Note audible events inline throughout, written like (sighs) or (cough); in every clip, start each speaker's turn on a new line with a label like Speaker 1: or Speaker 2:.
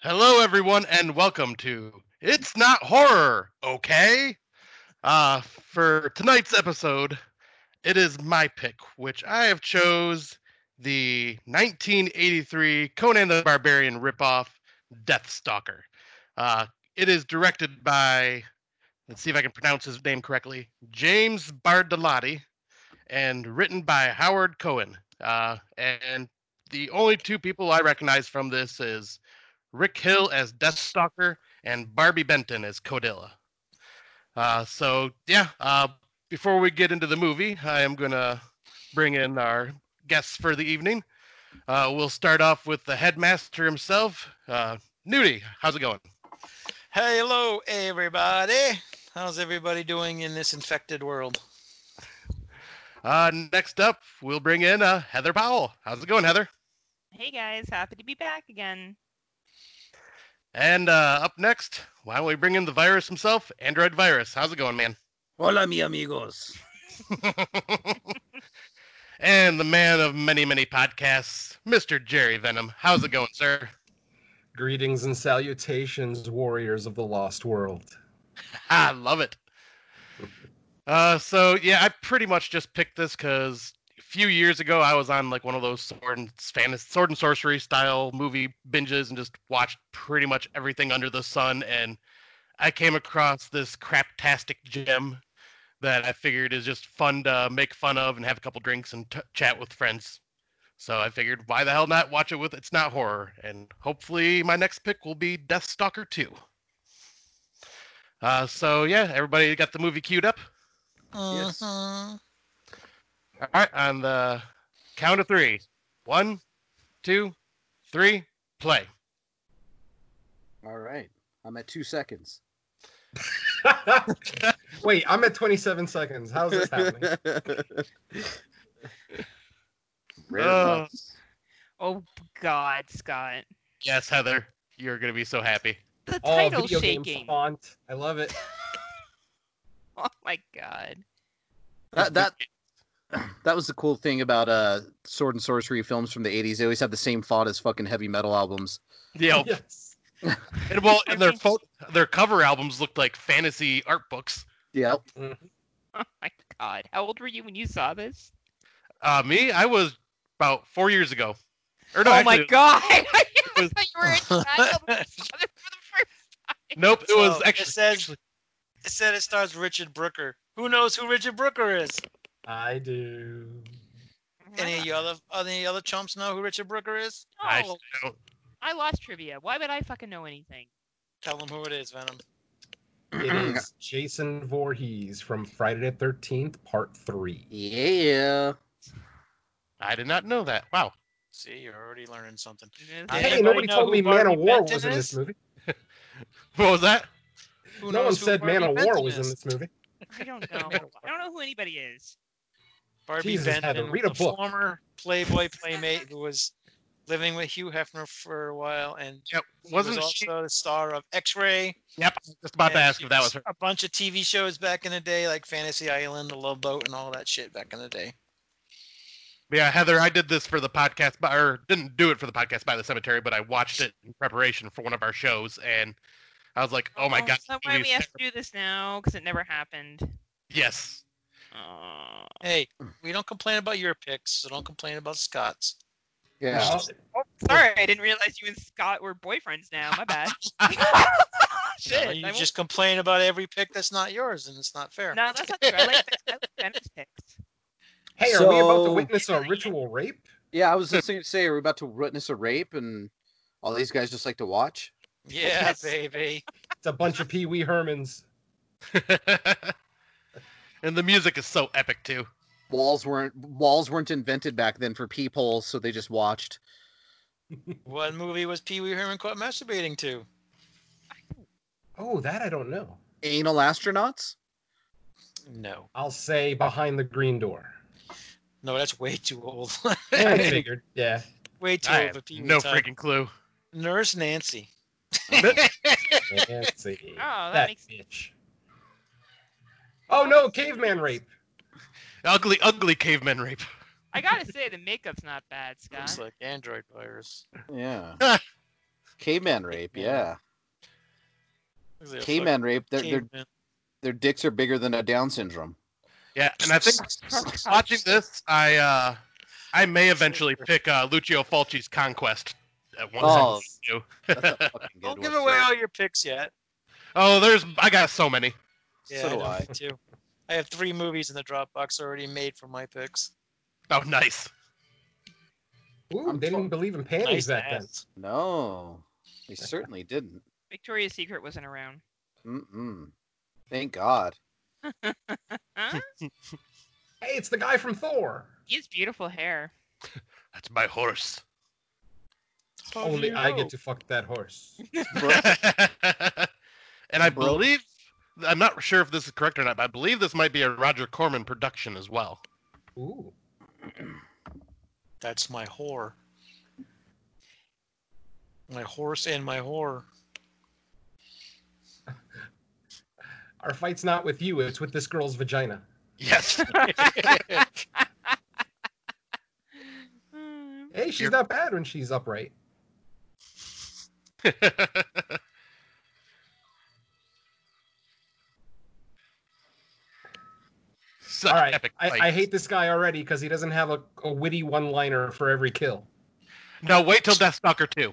Speaker 1: Hello, everyone, and welcome to It's Not Horror, okay? Uh, for tonight's episode, it is my pick, which I have chose the 1983 Conan the Barbarian ripoff, Death Stalker. Uh, it is directed by, let's see if I can pronounce his name correctly, James Bardalotti, and written by Howard Cohen. Uh, and the only two people I recognize from this is Rick Hill as Deathstalker and Barbie Benton as Codilla. Uh, so yeah, uh, before we get into the movie, I am gonna bring in our guests for the evening. Uh, we'll start off with the headmaster himself, uh, Nudie. How's it going?
Speaker 2: Hello, everybody. How's everybody doing in this infected world?
Speaker 1: Uh, next up, we'll bring in uh, Heather Powell. How's it going, Heather?
Speaker 3: Hey guys, happy to be back again.
Speaker 1: And uh, up next, why don't we bring in the virus himself, Android Virus? How's it going, man?
Speaker 4: Hola, mi amigos.
Speaker 1: (laughs) and the man of many, many podcasts, Mr. Jerry Venom. How's it going, sir?
Speaker 5: Greetings and salutations, warriors of the
Speaker 2: (laughs)
Speaker 5: lost world.
Speaker 1: (laughs) I love it. Uh, so yeah, I pretty much just picked this because a few years ago I was on like one of those sword and fantasy, sword and sorcery style movie binges and just watched pretty much everything under the sun, and I came across this craptastic gem that I figured is just fun to make fun of and have a couple drinks and t- chat with friends. So I figured, why the hell not watch it with It's Not Horror? And hopefully my next pick will be Deathstalker 2. Uh, so yeah, everybody got the movie queued up.
Speaker 4: Yes.
Speaker 2: Uh-huh.
Speaker 1: All right, on the count of three. One, two, three, play.
Speaker 4: All right. I'm at two seconds.
Speaker 5: Wait, I'm at 27 seconds. How's this
Speaker 2: (laughs)
Speaker 5: happening?
Speaker 4: (laughs) Rare
Speaker 1: Oh.
Speaker 4: months.
Speaker 3: Oh God, Scott.
Speaker 1: Yes, Heather, you're gonna be so happy.
Speaker 3: The
Speaker 5: All
Speaker 3: title
Speaker 5: Oh, video game
Speaker 3: shaking. (laughs) Oh
Speaker 5: font. I
Speaker 2: (laughs)
Speaker 5: love it.
Speaker 3: my God.
Speaker 4: That, that that was the cool thing about uh sword and sorcery films from the 80s. They always had the same font as fucking heavy metal albums.
Speaker 1: Yeah,
Speaker 2: (laughs)
Speaker 5: Yes.
Speaker 1: and well, and their
Speaker 3: Okay.
Speaker 1: fo- their cover albums looked like fantasy art books.
Speaker 4: Yeah.
Speaker 5: Mm-hmm.
Speaker 3: Oh my God. How old were you when you saw this?
Speaker 1: Uh, me, I was about four years ago. Or no,
Speaker 3: oh
Speaker 1: actually,
Speaker 3: my God. (laughs) I
Speaker 1: was-
Speaker 3: thought you were (laughs) a child when you saw this for the first
Speaker 1: Nope, it was
Speaker 2: So, it
Speaker 1: actually.
Speaker 2: says-
Speaker 1: actually-
Speaker 2: It said it stars Richard Brooker. Who knows who Richard Brooker is?
Speaker 5: I do.
Speaker 2: Any of you other any other chumps know who Richard Brooker is?
Speaker 1: I,
Speaker 3: No,
Speaker 1: don't-
Speaker 3: Oh, I lost trivia. Why would I fucking know anything?
Speaker 2: Tell them who it is, Venom. (clears throat)
Speaker 5: It is Jason Voorhees from Friday the 13th, Part 3.
Speaker 4: yeah.
Speaker 1: I did not know that. Wow.
Speaker 2: See, you're already learning something.
Speaker 3: I-
Speaker 5: Hey,
Speaker 2: anybody
Speaker 5: nobody
Speaker 2: know
Speaker 5: told
Speaker 2: who
Speaker 5: me Man
Speaker 2: Barbie
Speaker 5: of War
Speaker 2: Benton
Speaker 5: was in
Speaker 2: is?
Speaker 5: this movie.
Speaker 1: What was that?
Speaker 2: Who
Speaker 5: no one
Speaker 2: knows who
Speaker 5: said Man
Speaker 2: Barbie
Speaker 5: of War
Speaker 2: Benton
Speaker 5: was in
Speaker 2: is?
Speaker 5: this movie.
Speaker 3: I don't know. I don't know who anybody is.
Speaker 2: Barbie
Speaker 5: Jesus,
Speaker 2: Benton,
Speaker 5: Heather, read a
Speaker 2: the
Speaker 5: book.
Speaker 2: former Playboy playmate who was living with Hugh Hefner for a while, and
Speaker 1: Yep.
Speaker 2: he
Speaker 1: Wasn't
Speaker 2: was
Speaker 1: she?
Speaker 2: also the star of X-Ray.
Speaker 1: Yep. I was Just about to
Speaker 2: and
Speaker 1: ask
Speaker 2: she
Speaker 1: if that was her.
Speaker 2: A bunch of TV shows back in the day, like Fantasy Island, The Love Boat, and all that shit back in the day.
Speaker 1: Yeah, Heather, I did this for the podcast, by, or didn't do it for the podcast by the cemetery, but I watched it in preparation for one of our shows, and I was like, "Oh my god!"
Speaker 3: Is that
Speaker 1: this
Speaker 3: why
Speaker 1: movie
Speaker 3: we
Speaker 1: is
Speaker 3: have to
Speaker 1: terrible.
Speaker 3: do this now? Because it never happened.
Speaker 1: Yes,
Speaker 3: Oh.
Speaker 2: Hey, we don't complain about your picks, so don't complain about Scott's.
Speaker 4: Yeah.
Speaker 3: Oh, Sorry, I didn't realize you and Scott were boyfriends now. My bad. (laughs)
Speaker 2: You, know,
Speaker 3: Shit,
Speaker 2: you
Speaker 3: I won't-
Speaker 2: just complain about every pick that's not yours, and it's not fair.
Speaker 3: No, that's not true. I like, I like Ben's picks.
Speaker 5: Hey, are we about to
Speaker 4: So-
Speaker 2: (laughs)
Speaker 5: witness a ritual rape?
Speaker 4: Yeah, I was just going to say, are we about to witness a rape and all these guys just like to watch?
Speaker 2: Yeah,
Speaker 3: Yes.
Speaker 2: baby.
Speaker 5: It's a bunch of Pee Wee Hermans.
Speaker 1: (laughs) and the music is so epic too.
Speaker 4: Walls weren't walls weren't invented back then for peepholes, so they just watched.
Speaker 2: What movie was Pee Wee Herman caught masturbating to?
Speaker 5: Oh, that I don't know.
Speaker 4: Anal astronauts?
Speaker 2: No.
Speaker 5: I'll say Behind the Green Door.
Speaker 2: No, that's way too old. (laughs)
Speaker 5: I figured. Yeah.
Speaker 2: way too
Speaker 1: I
Speaker 2: old for
Speaker 1: have
Speaker 2: Pee Wee.
Speaker 1: no
Speaker 2: time.
Speaker 1: freaking clue.
Speaker 2: Nurse Nancy.
Speaker 5: Nancy.
Speaker 3: (laughs)
Speaker 5: oh,
Speaker 3: that makes-
Speaker 5: bitch. Oh no, caveman rape.
Speaker 1: Ugly, ugly caveman rape.
Speaker 3: I gotta say, the makeup's not bad, Scott.
Speaker 2: Looks like Android virus.
Speaker 4: Yeah. Caveman rape,
Speaker 2: Yeah.
Speaker 4: yeah.
Speaker 2: Looks like a fucking
Speaker 4: Caveman rape. Their, their
Speaker 2: caveman.
Speaker 4: their dicks are bigger than a
Speaker 2: (laughs)
Speaker 4: Down syndrome.
Speaker 1: Yeah, and I
Speaker 3: (laughs)
Speaker 1: think
Speaker 3: Oh,
Speaker 1: watching this, I uh, I may eventually pick uh, Lucio Fulci's Conquest at one
Speaker 4: Oh,
Speaker 1: time.
Speaker 4: That's a fucking good
Speaker 2: Don't
Speaker 4: one,
Speaker 2: give away
Speaker 4: sir.
Speaker 2: all your picks yet.
Speaker 1: Oh, there's I got so many.
Speaker 2: Yeah,
Speaker 4: So do
Speaker 2: know,
Speaker 4: I.
Speaker 2: (laughs) me too. I have three movies in the Dropbox already made for my picks.
Speaker 1: Oh, nice.
Speaker 5: Ooh,
Speaker 4: I'm
Speaker 5: they
Speaker 4: tw-
Speaker 5: didn't believe in
Speaker 2: Nice
Speaker 5: panties back then.
Speaker 2: ass.
Speaker 4: No,
Speaker 2: (laughs)
Speaker 4: they certainly didn't.
Speaker 3: Victoria's Secret wasn't around.
Speaker 4: Mm-mm. Thank God.
Speaker 3: Huh?
Speaker 5: Hey, it's the guy from Thor.
Speaker 3: he has beautiful hair.
Speaker 1: That's my horse.
Speaker 3: How do
Speaker 5: Only
Speaker 3: you
Speaker 5: I
Speaker 3: know?
Speaker 5: get to fuck that horse.
Speaker 2: (laughs)
Speaker 4: Bro-
Speaker 1: (laughs) and I
Speaker 4: Bro.
Speaker 1: believe I'm not sure if this is correct or not, but I believe this might be a Roger Corman production as well.
Speaker 5: Ooh.
Speaker 2: That's my whore. My horse and my whore.
Speaker 5: Our fight's not with you, it's with this girl's vagina. (laughs)
Speaker 1: Yes.
Speaker 3: Mm.
Speaker 5: Hey, she's
Speaker 1: You're-
Speaker 5: not bad when she's upright.
Speaker 1: Such
Speaker 5: All right.
Speaker 1: epic fight.
Speaker 5: I, I hate this guy already because he doesn't have a, a witty one liner for every kill. (laughs)
Speaker 1: No, wait till Deathstalker 2.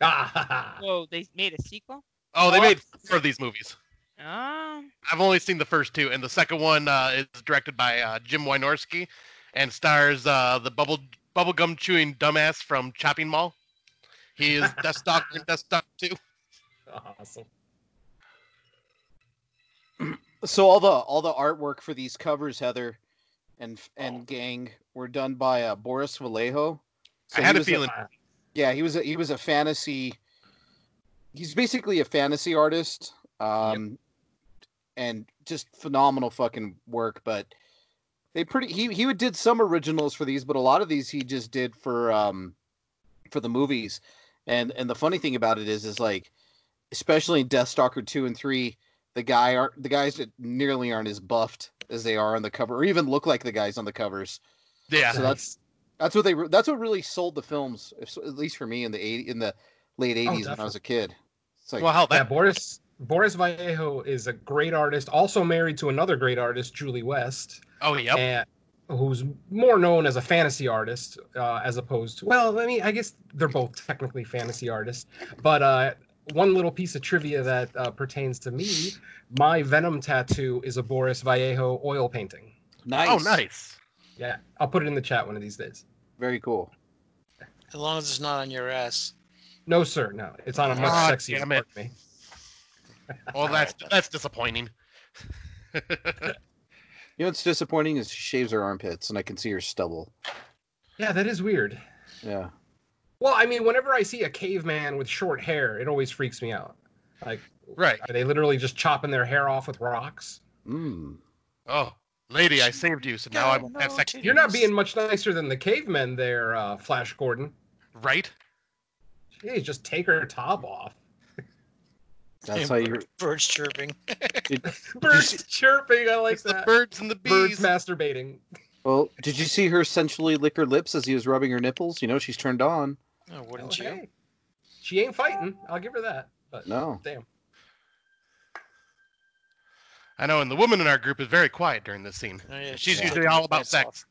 Speaker 5: Ah, ha, ha.
Speaker 3: Whoa, they made a sequel?
Speaker 1: Oh, they
Speaker 5: Oh.
Speaker 1: made four of these movies.
Speaker 3: Oh.
Speaker 1: I've only seen the first two, and the second one uh, is directed by uh, Jim Wynorski and stars uh, the bubble bubblegum chewing dumbass from Chopping Mall. He
Speaker 4: (laughs)
Speaker 1: is Deathstalker in Deathstalker 2.
Speaker 5: awesome.
Speaker 4: So all the all the artwork for these covers, Heather, and
Speaker 2: Oh.
Speaker 4: and gang, were done by uh, Boris Vallejo. So
Speaker 1: I
Speaker 4: he
Speaker 1: had a
Speaker 4: was (laughs)
Speaker 1: feeling.
Speaker 4: yeah, he was a, he was a fantasy. He's basically a fantasy artist, um, and just phenomenal fucking work. But they pretty he he did some originals for these, but a lot of these he just did for um for the movies. And and the funny thing about it is is like, especially in Deathstalker two and three, the guy aren't the guys that nearly aren't as buffed as they are on the cover, or even look like the guys on the covers.
Speaker 1: yeah.
Speaker 4: So that's that's what they re- that's what really sold the films, if- at least for me in the eight in the late eighties when I was a kid. It's like
Speaker 1: Oh, well, hell,
Speaker 5: yeah,
Speaker 1: that
Speaker 5: Boris Boris Vallejo is a great artist, also married to another great artist, Julie West,
Speaker 1: oh yep.
Speaker 5: and, who's more known as a fantasy artist uh, as opposed to well, I mean, I guess they're both technically fantasy artists, but uh, one little piece of trivia that uh, pertains to me: my Venom tattoo is a Boris Vallejo oil painting.
Speaker 4: nice,
Speaker 1: Oh, nice.
Speaker 5: Yeah, I'll put it in the chat one of these days.
Speaker 4: very cool.
Speaker 2: As long as it's not on your ass.
Speaker 5: No, sir, no. It's on a much
Speaker 1: Ah,
Speaker 5: sexier
Speaker 1: damn it.
Speaker 5: part of me.
Speaker 4: (laughs)
Speaker 1: Well, that's that's disappointing.
Speaker 4: You know what's disappointing is she shaves her armpits and I can see her stubble.
Speaker 5: Yeah, that is weird.
Speaker 4: Yeah,
Speaker 5: Well, I mean, whenever I see a caveman with short hair, it always freaks me out. Like,
Speaker 1: Right.
Speaker 5: are they literally just chopping their hair off with rocks?
Speaker 4: mm.
Speaker 1: Oh, lady, I saved you, so now I'm have sex.
Speaker 5: You're not being much nicer than the cavemen there, uh, Flash Gordon.
Speaker 1: Right.
Speaker 5: Jeez, just take her top off.
Speaker 4: that's how you
Speaker 2: Birds chirping.
Speaker 5: Birds chirping, I like
Speaker 1: It's the
Speaker 5: that.
Speaker 1: birds and the
Speaker 5: Birds
Speaker 1: bees.
Speaker 5: masturbating.
Speaker 4: Well, did you see her sensually lick her lips as he was rubbing her nipples? You know, she's turned on.
Speaker 2: Oh, wouldn't
Speaker 5: Oh,
Speaker 2: you?
Speaker 5: hey. She ain't fighting. I'll give her that. But
Speaker 4: No.
Speaker 5: damn.
Speaker 1: I know, and the woman in our group is very quiet during this scene.
Speaker 2: Oh, yeah,
Speaker 1: She's
Speaker 4: Yeah.
Speaker 2: taking
Speaker 1: usually
Speaker 2: her
Speaker 1: all about
Speaker 2: pants
Speaker 1: sex.
Speaker 2: off.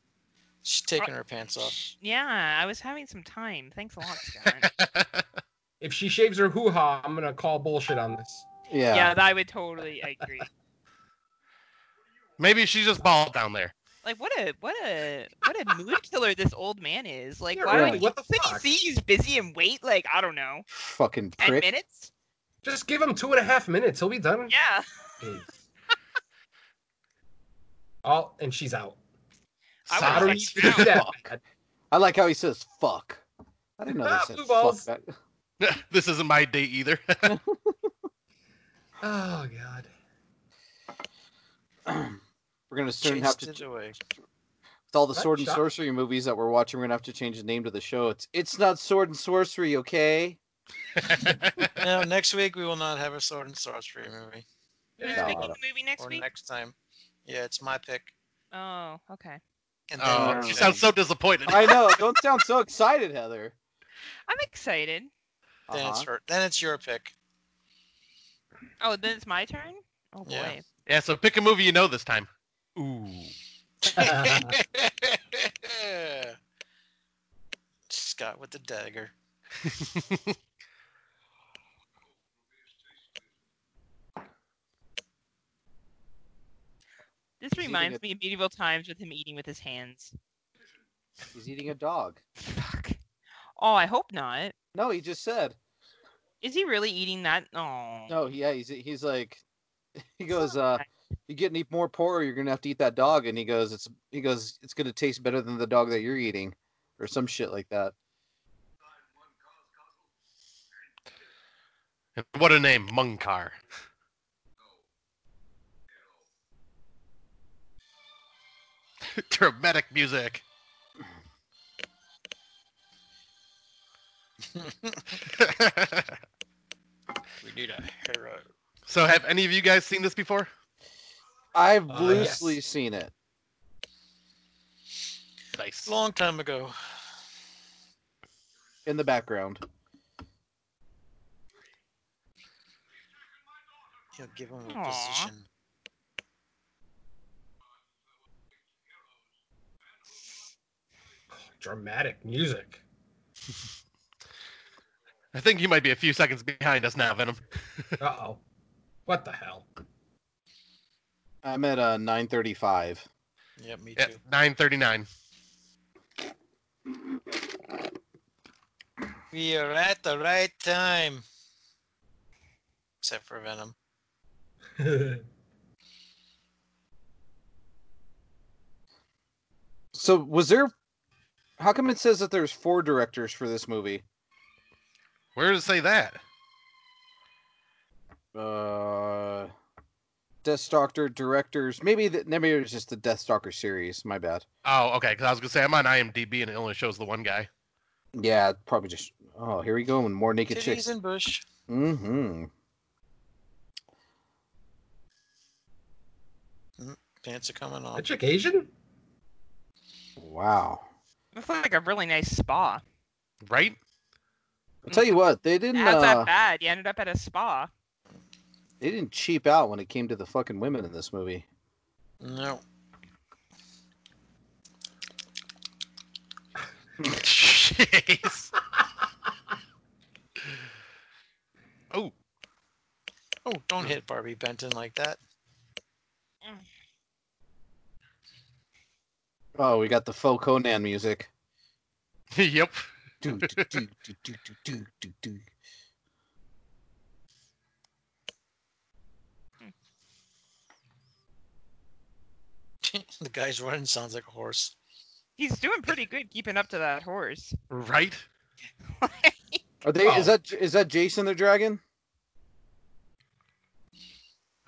Speaker 2: She's taking her pants off.
Speaker 3: Yeah, I was having some time. Thanks a lot, Scott.
Speaker 5: If she shaves her hoo ha, I'm gonna call bullshit on this.
Speaker 4: Yeah.
Speaker 3: yeah, I would totally agree.
Speaker 1: Maybe she's just bald down there.
Speaker 3: Like what a what a what a mood killer this old man is. Like
Speaker 5: Yeah,
Speaker 3: why
Speaker 4: really,
Speaker 3: would
Speaker 5: what the
Speaker 3: you, couldn't
Speaker 5: fuck?
Speaker 3: you see he's busy and wait like I don't know
Speaker 4: Fucking
Speaker 3: ten
Speaker 4: prick.
Speaker 3: minutes?
Speaker 5: Just give him two and a half minutes. He'll be done.
Speaker 3: Yeah.
Speaker 5: Jeez. oh, and she's out.
Speaker 3: I
Speaker 5: How do
Speaker 3: would've
Speaker 5: we
Speaker 3: sexed
Speaker 5: do
Speaker 3: her out.
Speaker 5: that? bad?
Speaker 4: I like how he says fuck. I didn't know they
Speaker 5: Ah,
Speaker 4: said
Speaker 5: blue
Speaker 4: fuck.
Speaker 5: balls.
Speaker 4: Back. (clears throat)
Speaker 1: (laughs) this isn't my day
Speaker 2: (laughs)
Speaker 1: either. (laughs)
Speaker 5: Oh god.
Speaker 4: we're gonna soon have
Speaker 2: Chased
Speaker 4: to
Speaker 2: it away.
Speaker 4: with all the
Speaker 5: Nice
Speaker 4: sword and
Speaker 5: shot.
Speaker 4: sorcery movies that we're watching. We're gonna have to change the name to the show. It's it's not sword and sorcery, okay?
Speaker 2: Now, next week we will not have a sword and sorcery movie.
Speaker 3: Who's
Speaker 4: No, I
Speaker 3: making the
Speaker 4: don't-
Speaker 3: movie next
Speaker 2: or
Speaker 3: week?
Speaker 2: next time. Yeah, it's my pick.
Speaker 3: Oh, okay.
Speaker 2: And then
Speaker 1: oh,
Speaker 2: we'll
Speaker 1: she
Speaker 2: say-
Speaker 5: (laughs)
Speaker 1: sounds so disappointed.
Speaker 4: I know. Don't sound so excited, Heather.
Speaker 3: I'm excited.
Speaker 2: Then it's
Speaker 4: Uh-huh.
Speaker 2: her. Then it's your pick.
Speaker 3: Oh, then it's my turn. Oh boy.
Speaker 2: Yeah.
Speaker 1: Yeah, so pick a movie you know this time.
Speaker 2: Ooh. (laughs) Scott with the dagger.
Speaker 3: This
Speaker 4: He's eating
Speaker 3: reminds
Speaker 4: it.
Speaker 3: me of medieval times with him eating with his hands.
Speaker 4: He's eating a dog.
Speaker 3: Fuck. Oh, I hope not.
Speaker 4: No, he just said.
Speaker 3: Is he really eating that? Oh.
Speaker 4: No, yeah, he's he's like, (laughs) he goes, uh, you get any more pork, or you're gonna have to eat that dog. And he goes, it's he goes, it's gonna taste better than the dog that you're eating, or some shit like that.
Speaker 1: And what a name, Munkar. (laughs) Dramatic music.
Speaker 2: We need a hero.
Speaker 1: (laughs) so, have any of you guys seen this before?
Speaker 4: I've
Speaker 2: Uh,
Speaker 4: loosely
Speaker 5: yes.
Speaker 4: seen it.
Speaker 1: Nice.
Speaker 2: Long time ago.
Speaker 4: in the background.
Speaker 2: He'll give him a
Speaker 3: Aw.
Speaker 2: position.
Speaker 5: (laughs) Dramatic music.
Speaker 1: I think you might be a few seconds behind us now, Venom.
Speaker 5: Uh oh. What the hell? (laughs)
Speaker 4: I'm at uh, 9:35.
Speaker 2: Yep, me
Speaker 1: Yeah,
Speaker 2: too.
Speaker 1: 939.
Speaker 2: We are at the right time. Except for Venom.
Speaker 4: So was there? How come it says that there's four directors for this movie?
Speaker 1: Where does it say that?
Speaker 4: Uh, Death Stalker directors. Maybe that. Maybe it was just the Death Stalker series. My bad.
Speaker 1: Oh, okay, because I was going to say I'm on IMDb and it only shows the one guy.
Speaker 4: Yeah, probably just. Oh, here we go. And more naked
Speaker 2: Titties
Speaker 4: chicks.
Speaker 2: and Bush.
Speaker 4: Mm-hmm.
Speaker 2: Pants are coming
Speaker 5: A
Speaker 2: off.
Speaker 5: chick Asian?
Speaker 4: Wow.
Speaker 3: Looks like a really nice spa.
Speaker 1: Right?
Speaker 2: (laughs)
Speaker 4: I'll tell you what. They didn't.
Speaker 3: Mm-hmm. That's
Speaker 4: Uh,
Speaker 3: not bad. You ended up at a spa.
Speaker 4: they didn't cheap out when it came to the fucking women in this movie.
Speaker 2: No.
Speaker 1: Jeez. oh, (laughs)
Speaker 2: Oh, don't hit Barbie Benton like that. (laughs)
Speaker 4: Oh, we got the faux Conan music.
Speaker 1: yep.
Speaker 4: Do, do, do, do, do, do, do, do.
Speaker 2: the guy's running sounds like a horse.
Speaker 3: He's doing pretty good keeping up to that horse.
Speaker 1: Right?
Speaker 4: Are they? Is
Speaker 5: Oh.
Speaker 4: that is that Jason the Dragon?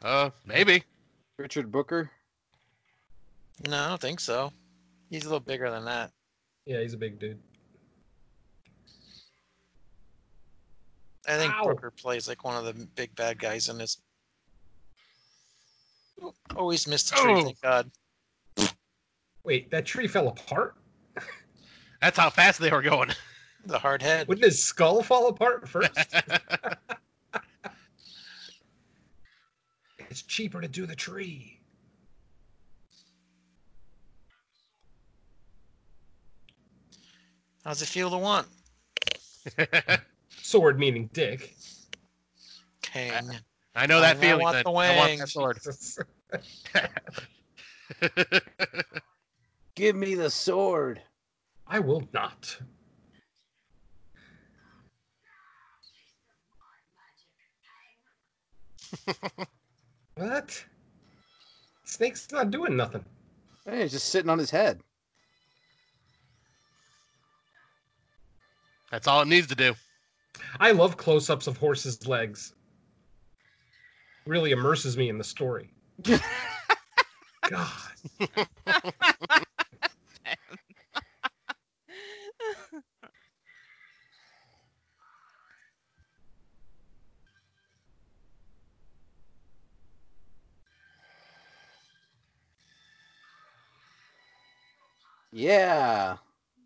Speaker 1: Uh, maybe.
Speaker 4: Richard Booker?
Speaker 2: No, I don't think so. He's a little bigger than that.
Speaker 5: Yeah, he's a big dude.
Speaker 2: I think
Speaker 5: Ow.
Speaker 2: Booker plays like one of the big bad guys in this. Oh, Always missed the tree,
Speaker 1: Oh.
Speaker 2: thank God.
Speaker 5: Wait, that tree fell apart?
Speaker 1: That's how fast they were going. (laughs)
Speaker 2: The hard head.
Speaker 5: Wouldn't his skull fall
Speaker 1: (laughs)
Speaker 5: apart first? it's cheaper to do the tree.
Speaker 2: How's it feel to want?
Speaker 5: Sword meaning dick.
Speaker 2: Kang.
Speaker 1: I know that
Speaker 2: I
Speaker 1: feeling.
Speaker 2: want
Speaker 1: that-
Speaker 2: the
Speaker 1: I want that
Speaker 2: wings.
Speaker 1: sword.
Speaker 4: Give me the sword.
Speaker 5: I will not. what? Snake's not doing nothing.
Speaker 4: Hey, it's just sitting on his head.
Speaker 1: (laughs) That's all it needs to do.
Speaker 5: I love close ups of horses' legs. Really immerses me in the
Speaker 4: (laughs)
Speaker 5: story. God.
Speaker 4: Yeah.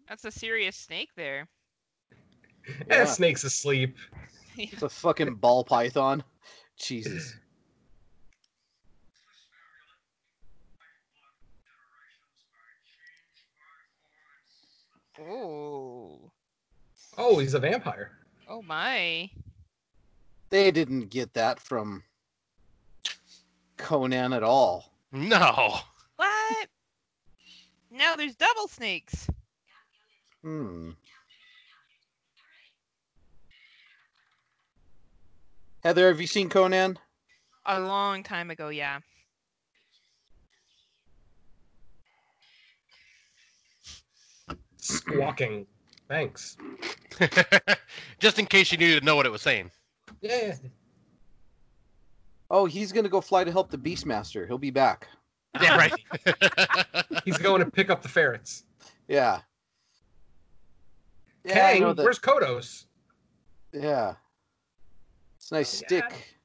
Speaker 3: That's a serious snake there.
Speaker 5: Eh,
Speaker 4: Yeah.
Speaker 3: (laughs)
Speaker 5: snake's asleep.
Speaker 4: It's a fucking ball python. Jesus.
Speaker 3: Ooh.
Speaker 5: Oh, he's a vampire.
Speaker 3: Oh my.
Speaker 4: They didn't get that from Conan at all.
Speaker 1: No. (laughs)
Speaker 3: What? Now there's double snakes.
Speaker 4: Hmm. Heather, have you seen Conan?
Speaker 3: A long time ago, yeah.
Speaker 5: Squawking. Thanks.
Speaker 1: Just in case you needed to know what it was saying.
Speaker 5: Yeah.
Speaker 4: Oh, he's gonna go fly to help the Beastmaster. He'll be back.
Speaker 1: Yeah,
Speaker 2: (laughs)
Speaker 1: right. (laughs)
Speaker 5: He's going to pick up the
Speaker 4: (laughs)
Speaker 5: ferrets.
Speaker 4: Yeah. I
Speaker 5: Kang,
Speaker 4: know that-
Speaker 5: where's Kodos?
Speaker 4: Yeah. It's a nice
Speaker 5: Oh, yeah.
Speaker 4: stick.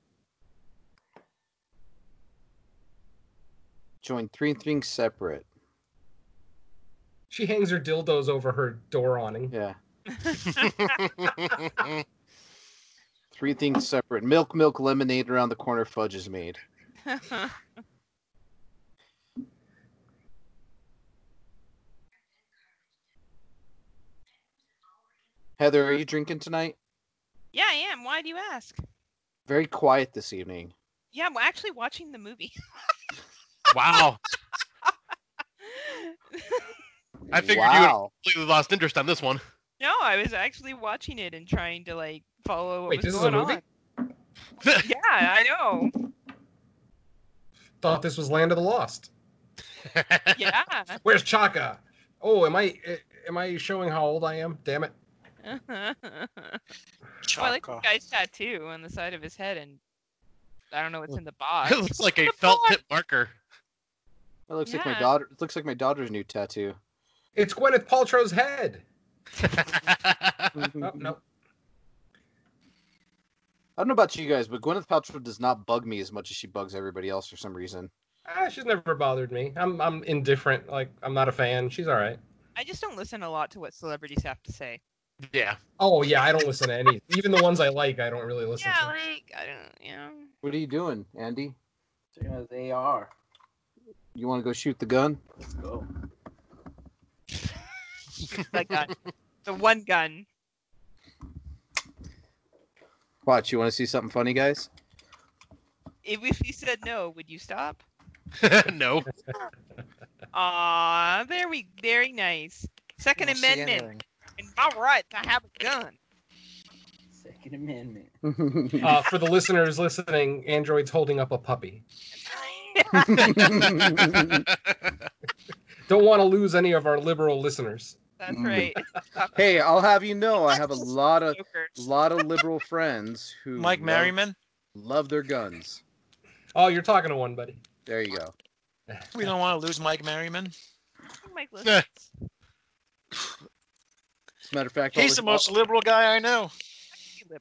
Speaker 4: Join three things separate.
Speaker 5: She hangs her dildos over her door awning.
Speaker 4: Yeah. Three things separate. Milk, milk, lemonade around the corner, fudge is made. Heather, are you drinking tonight?
Speaker 3: (laughs) yeah, I am. Why do you ask?
Speaker 4: Very quiet this evening.
Speaker 3: Yeah, I'm actually watching the movie. (laughs)
Speaker 1: wow. I figured you would-
Speaker 4: wow.
Speaker 1: Completely lost interest on this one. (laughs)
Speaker 3: no, I was actually watching it and trying to like follow what
Speaker 5: Wait,
Speaker 3: was
Speaker 5: this is a
Speaker 3: going
Speaker 5: movie?
Speaker 3: on. Yeah, I know.
Speaker 5: Thought this was Land of the Lost.
Speaker 3: Yeah. (laughs)
Speaker 5: Where's Chaka? Oh, am I am I showing how old I am? Damn it.
Speaker 3: well, I like
Speaker 2: Chaka.
Speaker 3: the guy's tattoo on the side of his head, and I don't know what's in
Speaker 5: (laughs)
Speaker 3: the
Speaker 1: it
Speaker 3: box.
Speaker 1: looks like a
Speaker 3: The
Speaker 1: felt
Speaker 3: boy.
Speaker 1: tip marker.
Speaker 4: It looks like my
Speaker 3: Yeah.
Speaker 4: daughter it looks like my daughter's new tattoo.
Speaker 5: It's Gwyneth Paltrow's head.
Speaker 1: Uh,
Speaker 5: Oh, no.
Speaker 4: Mm-hmm. I don't know about you guys, but Gwyneth Paltrow does not bug me as much as she bugs everybody else for some reason.
Speaker 5: Ah, she's never bothered me. I'm I'm indifferent. Like I'm not a fan. She's all right.
Speaker 3: I just don't listen a lot to what celebrities have to say.
Speaker 1: (laughs) yeah. (laughs)
Speaker 5: Oh yeah, I don't listen to any. Even the ones I like, I don't really listen
Speaker 3: yeah,
Speaker 5: to.
Speaker 3: like I don't, you
Speaker 5: (laughs)
Speaker 3: know.
Speaker 4: What are you doing, Andy? They are. You want to go shoot the gun? Let's go.
Speaker 3: That gun. the one gun.
Speaker 4: Watch. You want to see something
Speaker 1: (laughs)
Speaker 4: funny, (laughs) guys?
Speaker 3: If, if you said no, would you stop?
Speaker 1: no.
Speaker 3: Ah, there we, very nice. Second
Speaker 2: Don't see
Speaker 3: Amendment
Speaker 2: anything.
Speaker 3: and my right to have a gun. (laughs)
Speaker 6: Second Amendment.
Speaker 5: Uh, for the listeners listening, Android's holding up a puppy. Don't want to lose any of our liberal listeners.
Speaker 3: That's
Speaker 4: Mm.
Speaker 3: right.
Speaker 1: (laughs)
Speaker 4: hey, I'll have you know, I have a lot of
Speaker 3: Jokers.
Speaker 4: lot of liberal friends who
Speaker 2: Mike
Speaker 4: love-
Speaker 2: Merriman.
Speaker 4: love their guns.
Speaker 5: Oh, you're talking to one, buddy.
Speaker 4: There you go.
Speaker 2: We don't want to lose Mike Merriman.
Speaker 1: (laughs)
Speaker 3: Mike listens.
Speaker 4: As a matter of fact, all
Speaker 2: He's
Speaker 4: the-
Speaker 2: the most liberal guy I know.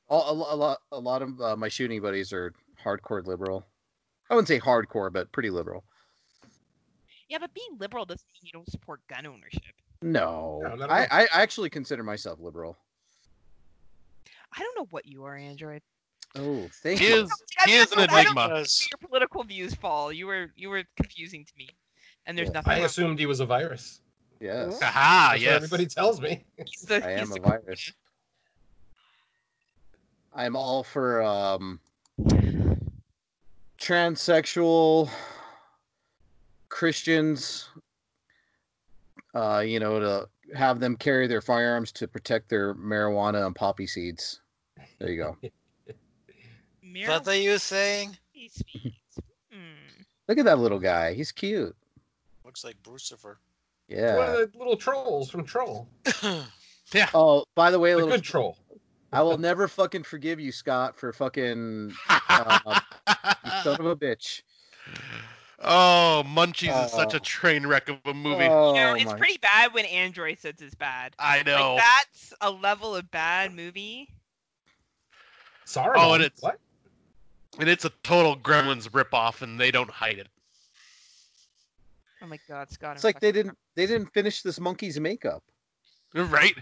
Speaker 4: all, a, lo- a lot a lot of uh, my shooting buddies are hardcore liberal. I wouldn't say hardcore, but pretty liberal.
Speaker 3: Yeah, but being liberal doesn't mean you don't support gun ownership.
Speaker 4: No,
Speaker 5: No, not at
Speaker 4: I, I I actually consider myself liberal.
Speaker 3: I don't know what you are, Android.
Speaker 4: Oh, thank
Speaker 1: He
Speaker 4: you.
Speaker 1: is he is an
Speaker 3: I don't-
Speaker 1: enigma.
Speaker 2: Because
Speaker 3: Your political views fall. You were you were confusing to me, and there's
Speaker 4: Yeah. Ah,
Speaker 3: nothing.
Speaker 5: I
Speaker 3: wrong.
Speaker 5: assumed he was a virus.
Speaker 4: Yes,
Speaker 1: Aha,
Speaker 5: That's what
Speaker 1: yes. (laughs)
Speaker 5: everybody tells me.
Speaker 3: He's the-
Speaker 4: I
Speaker 3: he's
Speaker 5: (laughs)
Speaker 4: am
Speaker 3: the
Speaker 4: a virus. I'm all for um, transsexual Christians. Uh, you know, to have them carry their firearms to protect their marijuana and poppy seeds. There you
Speaker 5: (laughs)
Speaker 4: go.
Speaker 2: is that
Speaker 3: marijuana
Speaker 2: the you saying?
Speaker 3: species. Hmm.
Speaker 4: Look at that little guy. He's cute.
Speaker 2: Looks like (laughs) Brucifer.
Speaker 5: It's One
Speaker 4: Yeah.
Speaker 5: of the little trolls from Troll.
Speaker 1: Yeah.
Speaker 4: Oh, by the way,
Speaker 5: The
Speaker 4: little,
Speaker 5: good troll.
Speaker 4: I will never fucking forgive you, Scott, for fucking uh, you
Speaker 5: (laughs)
Speaker 4: son of a bitch.
Speaker 1: oh, Munchies is such
Speaker 4: Oh.
Speaker 1: a train wreck of a movie.
Speaker 4: Oh,
Speaker 3: you know, it's
Speaker 4: my-
Speaker 3: pretty bad when Android says it's bad.
Speaker 1: I know.
Speaker 3: Like that's a level of bad movie.
Speaker 5: Saruman.
Speaker 1: Oh, and it's-
Speaker 5: what?
Speaker 1: and it's a total Gremlins ripoff, and they don't hide it.
Speaker 3: Oh my God, Scott.
Speaker 4: It's
Speaker 3: I'm
Speaker 4: like they
Speaker 3: fucking-
Speaker 4: didn't they didn't finish this monkey's makeup.
Speaker 1: Right?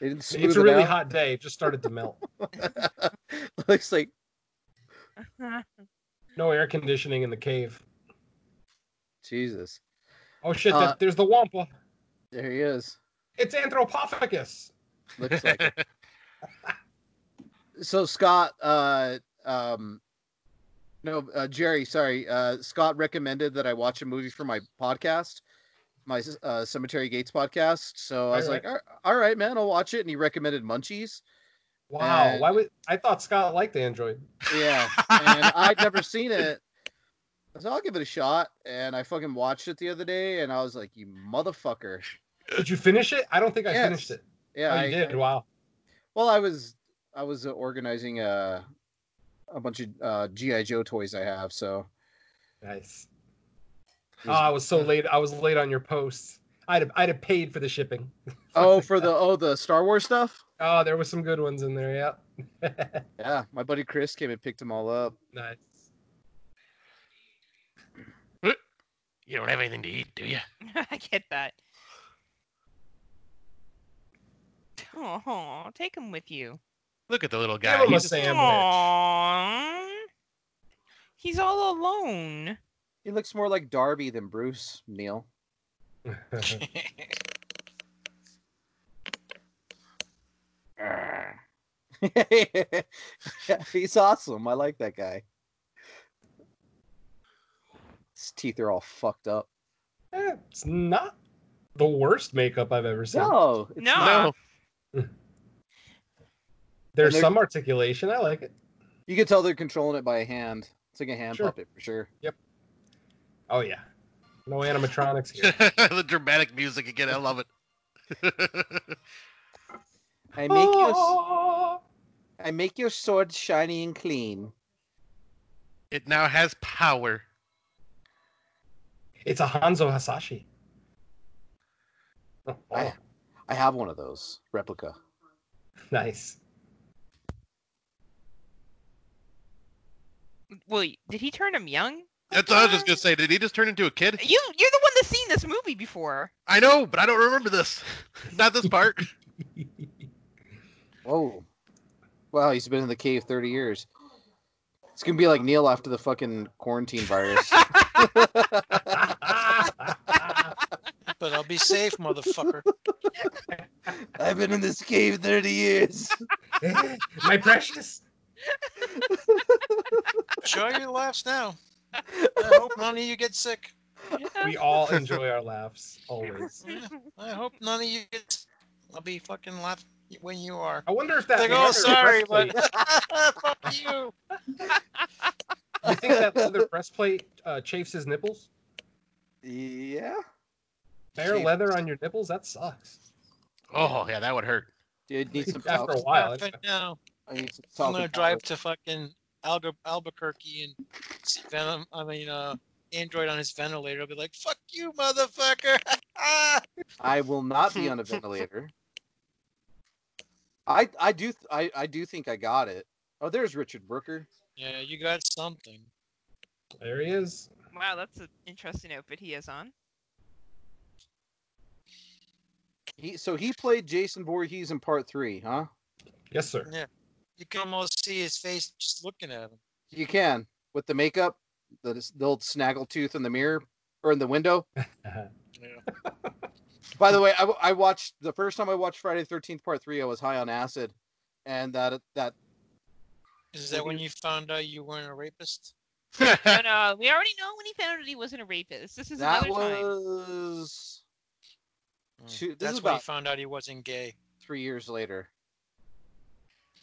Speaker 4: They didn't smooth
Speaker 5: It's a
Speaker 4: it
Speaker 5: really
Speaker 4: out. (laughs)
Speaker 5: hot day. It just started to melt.
Speaker 4: looks like
Speaker 3: (laughs)
Speaker 5: No air conditioning in the cave.
Speaker 4: Jesus.
Speaker 5: Oh shit!
Speaker 4: Uh,
Speaker 5: that, there's the Wampa.
Speaker 4: There he is.
Speaker 5: It's Anthropophagus.
Speaker 4: Looks like.
Speaker 5: (laughs)
Speaker 4: it. so Scott, uh, um, no, uh, Jerry, sorry, uh, Scott recommended that I watch a movie for my podcast, my uh, Cemetery Gates podcast. So I was
Speaker 5: Alright.
Speaker 4: like, all all right, man, I'll watch it. And he recommended Munchies.
Speaker 5: Wow.
Speaker 4: And-
Speaker 5: Why would I thought Scott liked Android?
Speaker 4: Yeah, and I'd never seen it. So I'll give it a shot. And I fucking watched it the other day, and I was like, you motherfucker.
Speaker 5: Did you finish it? I don't think I
Speaker 4: Yes.
Speaker 5: finished it.
Speaker 4: Yeah,
Speaker 5: oh,
Speaker 4: I
Speaker 5: you did. Wow.
Speaker 4: Well, I was I was uh, organizing a a bunch of uh, GI Joe toys I have, so
Speaker 5: Nice.
Speaker 4: it
Speaker 5: Oh,
Speaker 4: was-
Speaker 5: I was so late. I was late on your posts. I'd have, I'd have paid for the shipping.
Speaker 4: oh for the oh the Star Wars stuff.
Speaker 5: Oh, there were some good ones in there. Yeah.
Speaker 4: Yeah, my buddy Chris came and picked them all up.
Speaker 5: nice. (laughs)
Speaker 1: You don't have anything to eat, do you?
Speaker 3: (laughs) I get that. Oh, take him with you.
Speaker 1: Look at the little
Speaker 5: Give
Speaker 1: guy.
Speaker 5: him a
Speaker 1: He's just-
Speaker 5: sandwich.
Speaker 3: Aww. He's all alone.
Speaker 4: He looks more like Darby than Bruce Neil. (laughs)
Speaker 5: Eh,
Speaker 4: He's awesome. I like that guy. His teeth are all fucked up.
Speaker 5: Eh, it's not the worst makeup I've ever seen.
Speaker 4: No, it's
Speaker 3: No.
Speaker 4: not.
Speaker 1: No.
Speaker 5: There's
Speaker 4: And they're-
Speaker 5: some articulation. I like it.
Speaker 4: You can tell they're controlling it by a hand. It's like a hand
Speaker 5: Sure.
Speaker 4: puppet for sure.
Speaker 5: Oh yeah. No animatronics
Speaker 4: (laughs)
Speaker 5: here.
Speaker 1: (laughs) the dramatic music again. I love it. (laughs)
Speaker 4: I make your
Speaker 5: Oh,
Speaker 4: I make your sword shiny and clean.
Speaker 1: it now has power.
Speaker 5: It's a Hanzo Hasashi. Oh,
Speaker 4: I- I have one of those replica.
Speaker 5: nice.
Speaker 3: Well, did he turn him young?
Speaker 1: That's what I was just gonna say. Did he just turn into a kid?
Speaker 3: You, you're the one that's seen this movie before.
Speaker 4: (laughs)
Speaker 1: I know, but I don't remember this. (laughs) Not this part.
Speaker 4: Whoa. Wow, he's been in the cave 30 years. It's gonna be like Neil after the fucking
Speaker 5: (laughs)
Speaker 4: quarantine virus. (laughs)
Speaker 2: But I'll be safe, motherfucker.
Speaker 4: I've been in this cave 30 years. (laughs)
Speaker 5: My precious.
Speaker 2: Enjoy your laughs (laughs) now. I hope none of you get sick.
Speaker 5: We all enjoy our laughs always.
Speaker 3: (laughs)
Speaker 2: I hope none of you get sick. I'll be fucking laughing when you are.
Speaker 5: I wonder if that.
Speaker 2: Like, oh,
Speaker 5: leather
Speaker 2: sorry,
Speaker 5: breastplate-
Speaker 2: (laughs) Fuck you.
Speaker 5: You think that leather breastplate uh, chafes his nipples?
Speaker 4: Yeah.
Speaker 5: Bare
Speaker 2: Chafes.
Speaker 5: leather on your nipples? That sucks.
Speaker 1: Oh yeah, that would
Speaker 3: (laughs)
Speaker 1: hurt.
Speaker 4: Dude, need some
Speaker 5: After a
Speaker 4: talc.
Speaker 5: while,
Speaker 2: Laughing now.
Speaker 4: I need some talc
Speaker 2: I'm gonna
Speaker 4: and
Speaker 2: drive
Speaker 4: powder.
Speaker 2: to fucking Albu- Albuquerque and see Venom. I mean, uh, Android on his ventilator. I'll be like, "Fuck you, motherfucker!" (laughs)
Speaker 4: I will not be on a ventilator. I I do th- I, I do think I got it. Oh, there's Richard Brooker.
Speaker 2: yeah, you got something.
Speaker 5: there he is.
Speaker 3: Wow, that's an interesting outfit he has
Speaker 4: (laughs)
Speaker 3: on.
Speaker 4: He so he played Jason Voorhees in part three, huh?
Speaker 5: Yes, sir.
Speaker 2: You can almost see his face just looking at him.
Speaker 4: You can with the makeup, the, the old snaggle tooth in the mirror or in the window.
Speaker 2: Yeah.
Speaker 4: By the way, I, w- I watched the first time I watched Friday the Thirteenth Part Three. I was high on acid, and that that
Speaker 2: Is that when you found out you weren't a rapist?
Speaker 3: No, no, uh, we already know when he found out he wasn't a rapist. This is
Speaker 4: that
Speaker 3: another time.
Speaker 4: was
Speaker 2: Mm.
Speaker 4: Shoot, this
Speaker 2: That's
Speaker 4: is
Speaker 2: when he
Speaker 4: about-
Speaker 2: found out he wasn't (laughs) gay.
Speaker 4: three years later.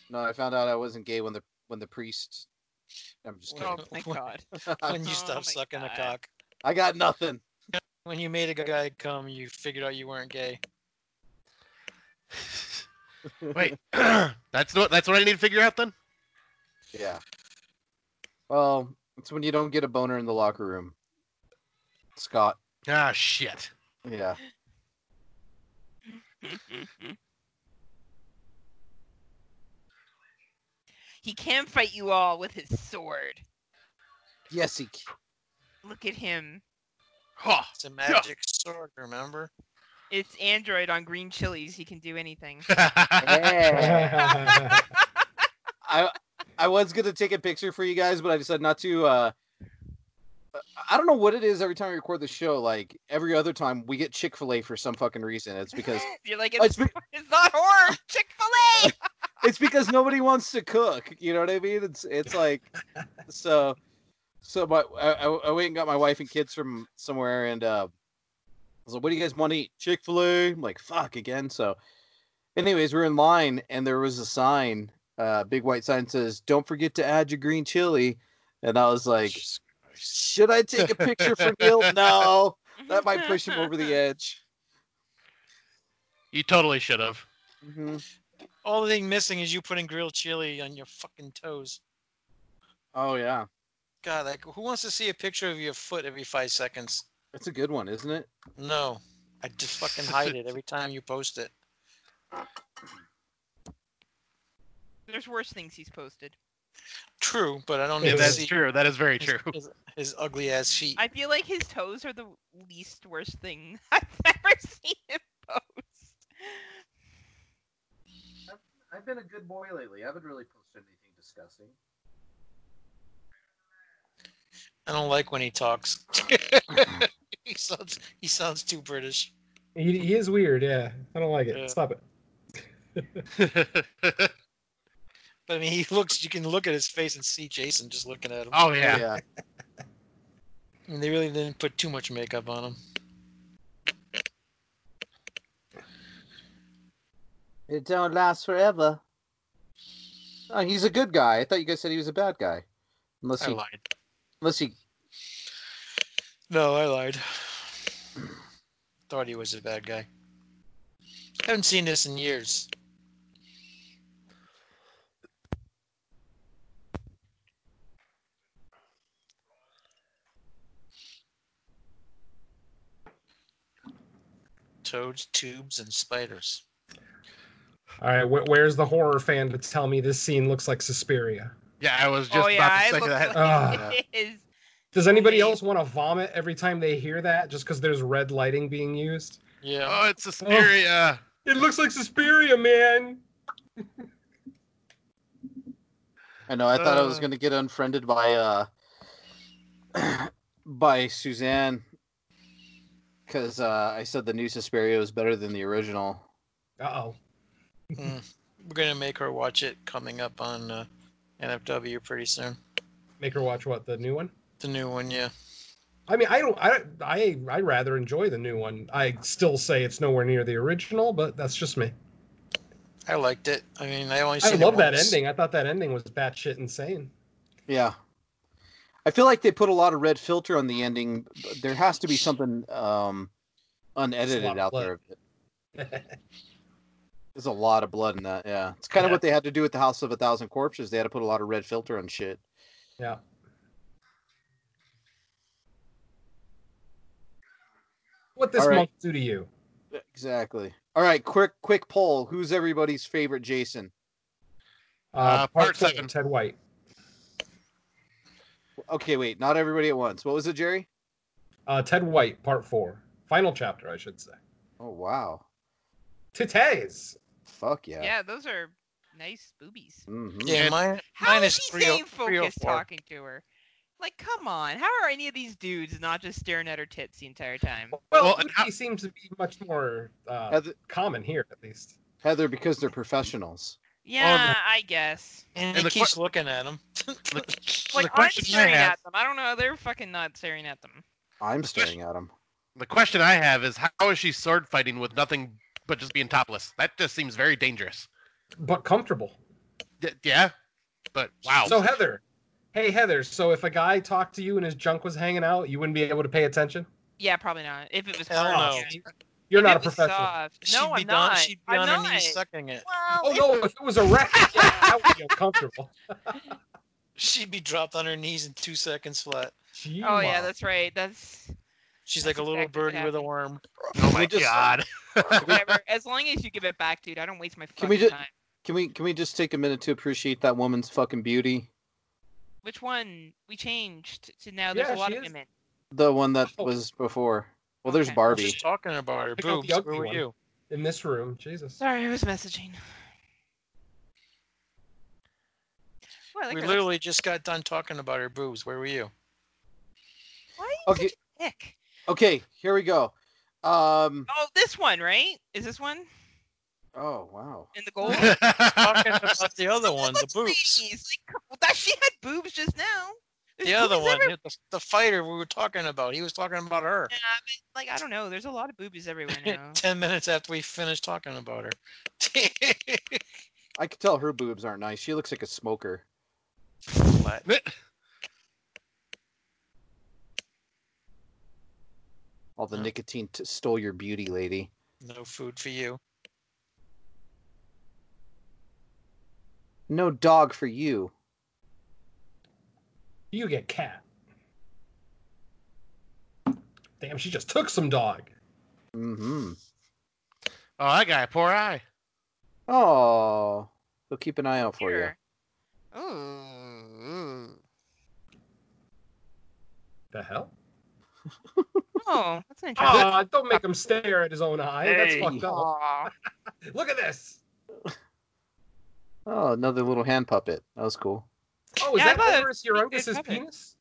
Speaker 4: No, I found out I wasn't gay when the when the priest. I'm just
Speaker 3: Oh
Speaker 4: kidding. (laughs)
Speaker 3: my god.
Speaker 2: When
Speaker 3: Oh
Speaker 2: you stopped
Speaker 3: my
Speaker 2: sucking
Speaker 3: God.
Speaker 2: a cock.
Speaker 4: I got nothing.
Speaker 2: When you made a guy come, you figured out you weren't gay.
Speaker 1: Wait, (clears throat) that's what that's what I need to figure out then.
Speaker 4: Yeah. Well, it's when you don't get a boner in the locker room, Scott.
Speaker 1: Ah shit.
Speaker 4: Yeah.
Speaker 3: (laughs) he can fight you all with his sword.
Speaker 4: Yes, he.
Speaker 3: Look at him.
Speaker 1: Huh.
Speaker 2: It's a magic sword, remember?
Speaker 3: It's Android on green chilies. He can do anything.
Speaker 4: Yeah. I I was gonna take a picture for you guys, but I decided not to. Uh, I don't know what it is. Every time we record the show, like every other time, we get Chick Fil A for some fucking reason. It's because
Speaker 3: (laughs) You're like,
Speaker 4: it's
Speaker 3: it's,
Speaker 4: be-
Speaker 3: it's not
Speaker 4: (laughs)
Speaker 3: horror. Chick fil A.
Speaker 4: it's because nobody wants to cook. You know what I mean? It's it's like so. So my I, I I went and got my wife and kids from somewhere, and uh, I was like, "What do you guys want to eat?" Chick Fil A. I'm like, "Fuck again." So, anyways, we we're in line, and there was a sign, uh, big white sign says, "Don't forget to add your green chili." And I was like,
Speaker 2: Jesus Christ.
Speaker 4: "Should I take a picture for
Speaker 2: (laughs)
Speaker 4: Neil?" No, that might push him over the edge.
Speaker 1: (laughs) You totally should have.
Speaker 4: hmm
Speaker 2: Only thing missing is you putting grilled chili on your fucking toes.
Speaker 4: Oh yeah,
Speaker 2: God, like who wants to see a picture of your foot every five seconds?
Speaker 4: that's a good one, isn't it?
Speaker 2: No, I just fucking hide it every time you post it.
Speaker 3: There's worse things he's posted.
Speaker 2: True, but I don't
Speaker 1: Yeah,
Speaker 2: need to
Speaker 1: that's
Speaker 2: see
Speaker 1: true. That is very
Speaker 2: his,
Speaker 3: (laughs)
Speaker 1: true.
Speaker 2: his, his ugly ass feet.
Speaker 3: I feel like his toes are the least worst thing (laughs) I've ever seen him post.
Speaker 4: I've been a good boy lately. I haven't really posted anything disgusting.
Speaker 2: I don't like when he talks. (laughs) he sounds he sounds too British.
Speaker 5: He, he is weird. Yeah, I don't like it.
Speaker 2: Yeah.
Speaker 5: Stop it.
Speaker 2: But I mean, he looks. You can look at his face and see Jason just looking at him.
Speaker 1: oh
Speaker 4: Yeah.
Speaker 1: yeah.
Speaker 2: I mean, they really didn't put too much makeup on him.
Speaker 4: It don't last forever. Oh, he's a good guy. I thought you guys said he was a bad guy. Unless
Speaker 2: I
Speaker 4: he,
Speaker 2: lied.
Speaker 4: unless he,
Speaker 2: No, I lied. Thought he was a bad guy. Haven't seen this in years. Toads, tubes, and spiders.
Speaker 5: All right, wh- where's the horror fan to tell me this scene looks like Suspiria?
Speaker 1: Yeah, I was just
Speaker 3: Oh, yeah.
Speaker 1: about
Speaker 3: I
Speaker 1: to
Speaker 3: look
Speaker 1: say that.
Speaker 5: Ah.
Speaker 3: (laughs) like it is.
Speaker 5: Does anybody
Speaker 3: Yeah.
Speaker 5: else want to vomit every time they hear that just because there's red lighting being used?
Speaker 2: Yeah.
Speaker 1: (laughs) Oh, it's uh, Suspiria.
Speaker 5: It looks like Suspiria, man.
Speaker 4: I know. I thought I was
Speaker 1: Uh.
Speaker 4: gonna get unfriended by uh, (clears throat) by Suzanne, because uh, I said the new Suspiria was better than the original.
Speaker 5: Uh oh.
Speaker 2: Mm. We're gonna make her watch it coming up on uh, NFW pretty soon.
Speaker 5: Make her watch what the new one.
Speaker 2: The new one, yeah.
Speaker 5: I mean, I don't. I I I rather enjoy the new one. I still say it's nowhere near the original, but that's just me.
Speaker 2: I liked it. I mean, I only.
Speaker 5: I
Speaker 2: Seen it
Speaker 5: love that
Speaker 2: once.
Speaker 5: ending. I thought that ending was batshit insane.
Speaker 4: Yeah. I feel like they put a lot of red filter on the ending. But there has to be something um,
Speaker 5: lot of
Speaker 4: unedited out
Speaker 5: blood.
Speaker 4: there. Of it.
Speaker 5: (laughs)
Speaker 4: There's a lot of blood in that. Yeah, it's kind of
Speaker 5: Yeah.
Speaker 4: what they had to do with the House of a Thousand Corpses. They had to put a lot of red filter on shit.
Speaker 5: yeah. What this
Speaker 4: All right.
Speaker 5: monk do to you?
Speaker 4: Exactly. All right, quick quick poll. Who's everybody's favorite Jason?
Speaker 5: Uh,
Speaker 1: Uh, part
Speaker 5: four,
Speaker 1: seven.
Speaker 5: Ted White.
Speaker 4: Okay, wait, not everybody at once. What was it, Jerry?
Speaker 5: Uh, Ted White, part four, final chapter, I should say.
Speaker 4: Oh wow.
Speaker 5: Today's.
Speaker 4: Fuck
Speaker 3: Yeah.
Speaker 4: yeah.
Speaker 3: those are nice boobies.
Speaker 4: Mhm.
Speaker 2: Yeah, mine.
Speaker 3: How is
Speaker 2: mine is
Speaker 3: he
Speaker 2: three
Speaker 3: staying focused
Speaker 2: 304.
Speaker 3: talking to her? Like, come on. How are any of these dudes not just staring at her tits the entire time?
Speaker 5: Well,
Speaker 1: Well,
Speaker 5: Uchi
Speaker 1: and how-
Speaker 5: seems to be much more uh,
Speaker 4: Heather,
Speaker 5: common here, at least.
Speaker 4: Heather, because they're professionals.
Speaker 3: Yeah, I guess.
Speaker 2: And,
Speaker 1: And
Speaker 2: he
Speaker 1: the
Speaker 2: keeps looking at (laughs) him.
Speaker 1: So the
Speaker 3: Like, I'm
Speaker 1: question I
Speaker 3: staring
Speaker 1: have-
Speaker 3: at them. I don't know. They're fucking not staring at them.
Speaker 4: I'm staring at them.
Speaker 1: The question I have is how is she sword fighting with nothing but just being topless? That just seems very dangerous.
Speaker 5: But comfortable.
Speaker 1: D- yeah, but wow.
Speaker 5: So Heather, hey Heather, so if a guy talked to you and his junk was hanging out, you wouldn't be able to pay attention.
Speaker 3: Yeah, probably not. If it was
Speaker 2: Hell
Speaker 3: hard.
Speaker 2: no.
Speaker 3: yeah.
Speaker 5: You're
Speaker 3: If
Speaker 5: not
Speaker 3: it
Speaker 5: a
Speaker 3: was
Speaker 5: professional.
Speaker 3: soft. No,
Speaker 2: she'd be
Speaker 3: I'm
Speaker 2: down,
Speaker 3: not.
Speaker 2: She'd be
Speaker 3: I'm
Speaker 2: on
Speaker 3: not.
Speaker 2: her knees sucking it.
Speaker 3: Well,
Speaker 5: Oh
Speaker 3: if-
Speaker 5: (laughs) no, if it was a racket, yeah, that would be uncomfortable.
Speaker 2: She'd be dropped on her knees in two seconds flat.
Speaker 5: (laughs) Gee,
Speaker 3: Oh yeah,
Speaker 5: wow.
Speaker 3: that's right. That's
Speaker 2: She's
Speaker 3: That's
Speaker 2: like a little
Speaker 3: exactly what
Speaker 2: birdie with a worm.
Speaker 1: oh my
Speaker 4: we just- (laughs)
Speaker 1: god. (laughs)
Speaker 3: whatever. as long as you give it back, dude. I don't waste my fucking
Speaker 4: we ju-
Speaker 3: time.
Speaker 4: Can we can we just take a minute to appreciate that woman's fucking beauty?
Speaker 3: Which one? We changed to now. There's
Speaker 5: Yeah,
Speaker 3: a lot
Speaker 5: she
Speaker 3: of
Speaker 5: is.
Speaker 3: women.
Speaker 4: The one that
Speaker 5: Oh.
Speaker 4: was before. Well, there's
Speaker 3: Okay.
Speaker 2: We're
Speaker 4: Barbie.
Speaker 2: just talking about her
Speaker 5: Pick out the
Speaker 2: boobs.
Speaker 5: ugly
Speaker 2: Who are
Speaker 5: one.
Speaker 2: you?
Speaker 5: In this room, Jesus.
Speaker 3: Sorry, I was messaging. Well, I like
Speaker 2: we
Speaker 3: her lip-
Speaker 2: literally just got done talking about her boobs. Where were you?
Speaker 3: Why are you
Speaker 4: Okay.
Speaker 3: such a dick?
Speaker 4: Okay, here we go. Um.
Speaker 3: Oh, this one, right? Is this one
Speaker 4: Oh wow.
Speaker 3: in the (laughs)
Speaker 2: (laughs)
Speaker 3: gold?
Speaker 2: Talking about the other one, the
Speaker 3: Let's
Speaker 2: boobs.
Speaker 3: please, like, come- well, that she had boobs just now. There's
Speaker 2: The other
Speaker 3: boobies
Speaker 2: one,
Speaker 3: every-
Speaker 2: yeah, the, the fighter we were talking about. He was talking about her.
Speaker 3: Yeah, but, like I don't know. There's a lot of boobies everywhere (laughs) now.
Speaker 2: Ten minutes after we finished talking about her. (laughs)
Speaker 4: I could tell her boobs aren't nice. She looks like a smoker.
Speaker 2: what?
Speaker 4: All the
Speaker 2: Yeah.
Speaker 4: nicotine t- stole your beauty, lady.
Speaker 2: No food for you.
Speaker 4: No dog for you.
Speaker 5: You get cat. Damn, she just took some dog.
Speaker 4: Mm-hmm.
Speaker 1: Oh, that guy, poor eye.
Speaker 4: Oh, we'll keep an eye out for you.
Speaker 3: Here. Ooh.
Speaker 5: The hell?
Speaker 3: Oh, that's (laughs) an interesting.
Speaker 5: Ah, (laughs) don't make him stare at his own eye.
Speaker 6: Hey.
Speaker 5: That's fucked up.
Speaker 3: Aw.
Speaker 5: Look at this.
Speaker 4: Oh, another little hand puppet. That was cool.
Speaker 5: Oh, is
Speaker 3: Yeah, I
Speaker 5: that
Speaker 3: thought it
Speaker 5: Horus Eurunkus's
Speaker 3: puppet.
Speaker 5: penis?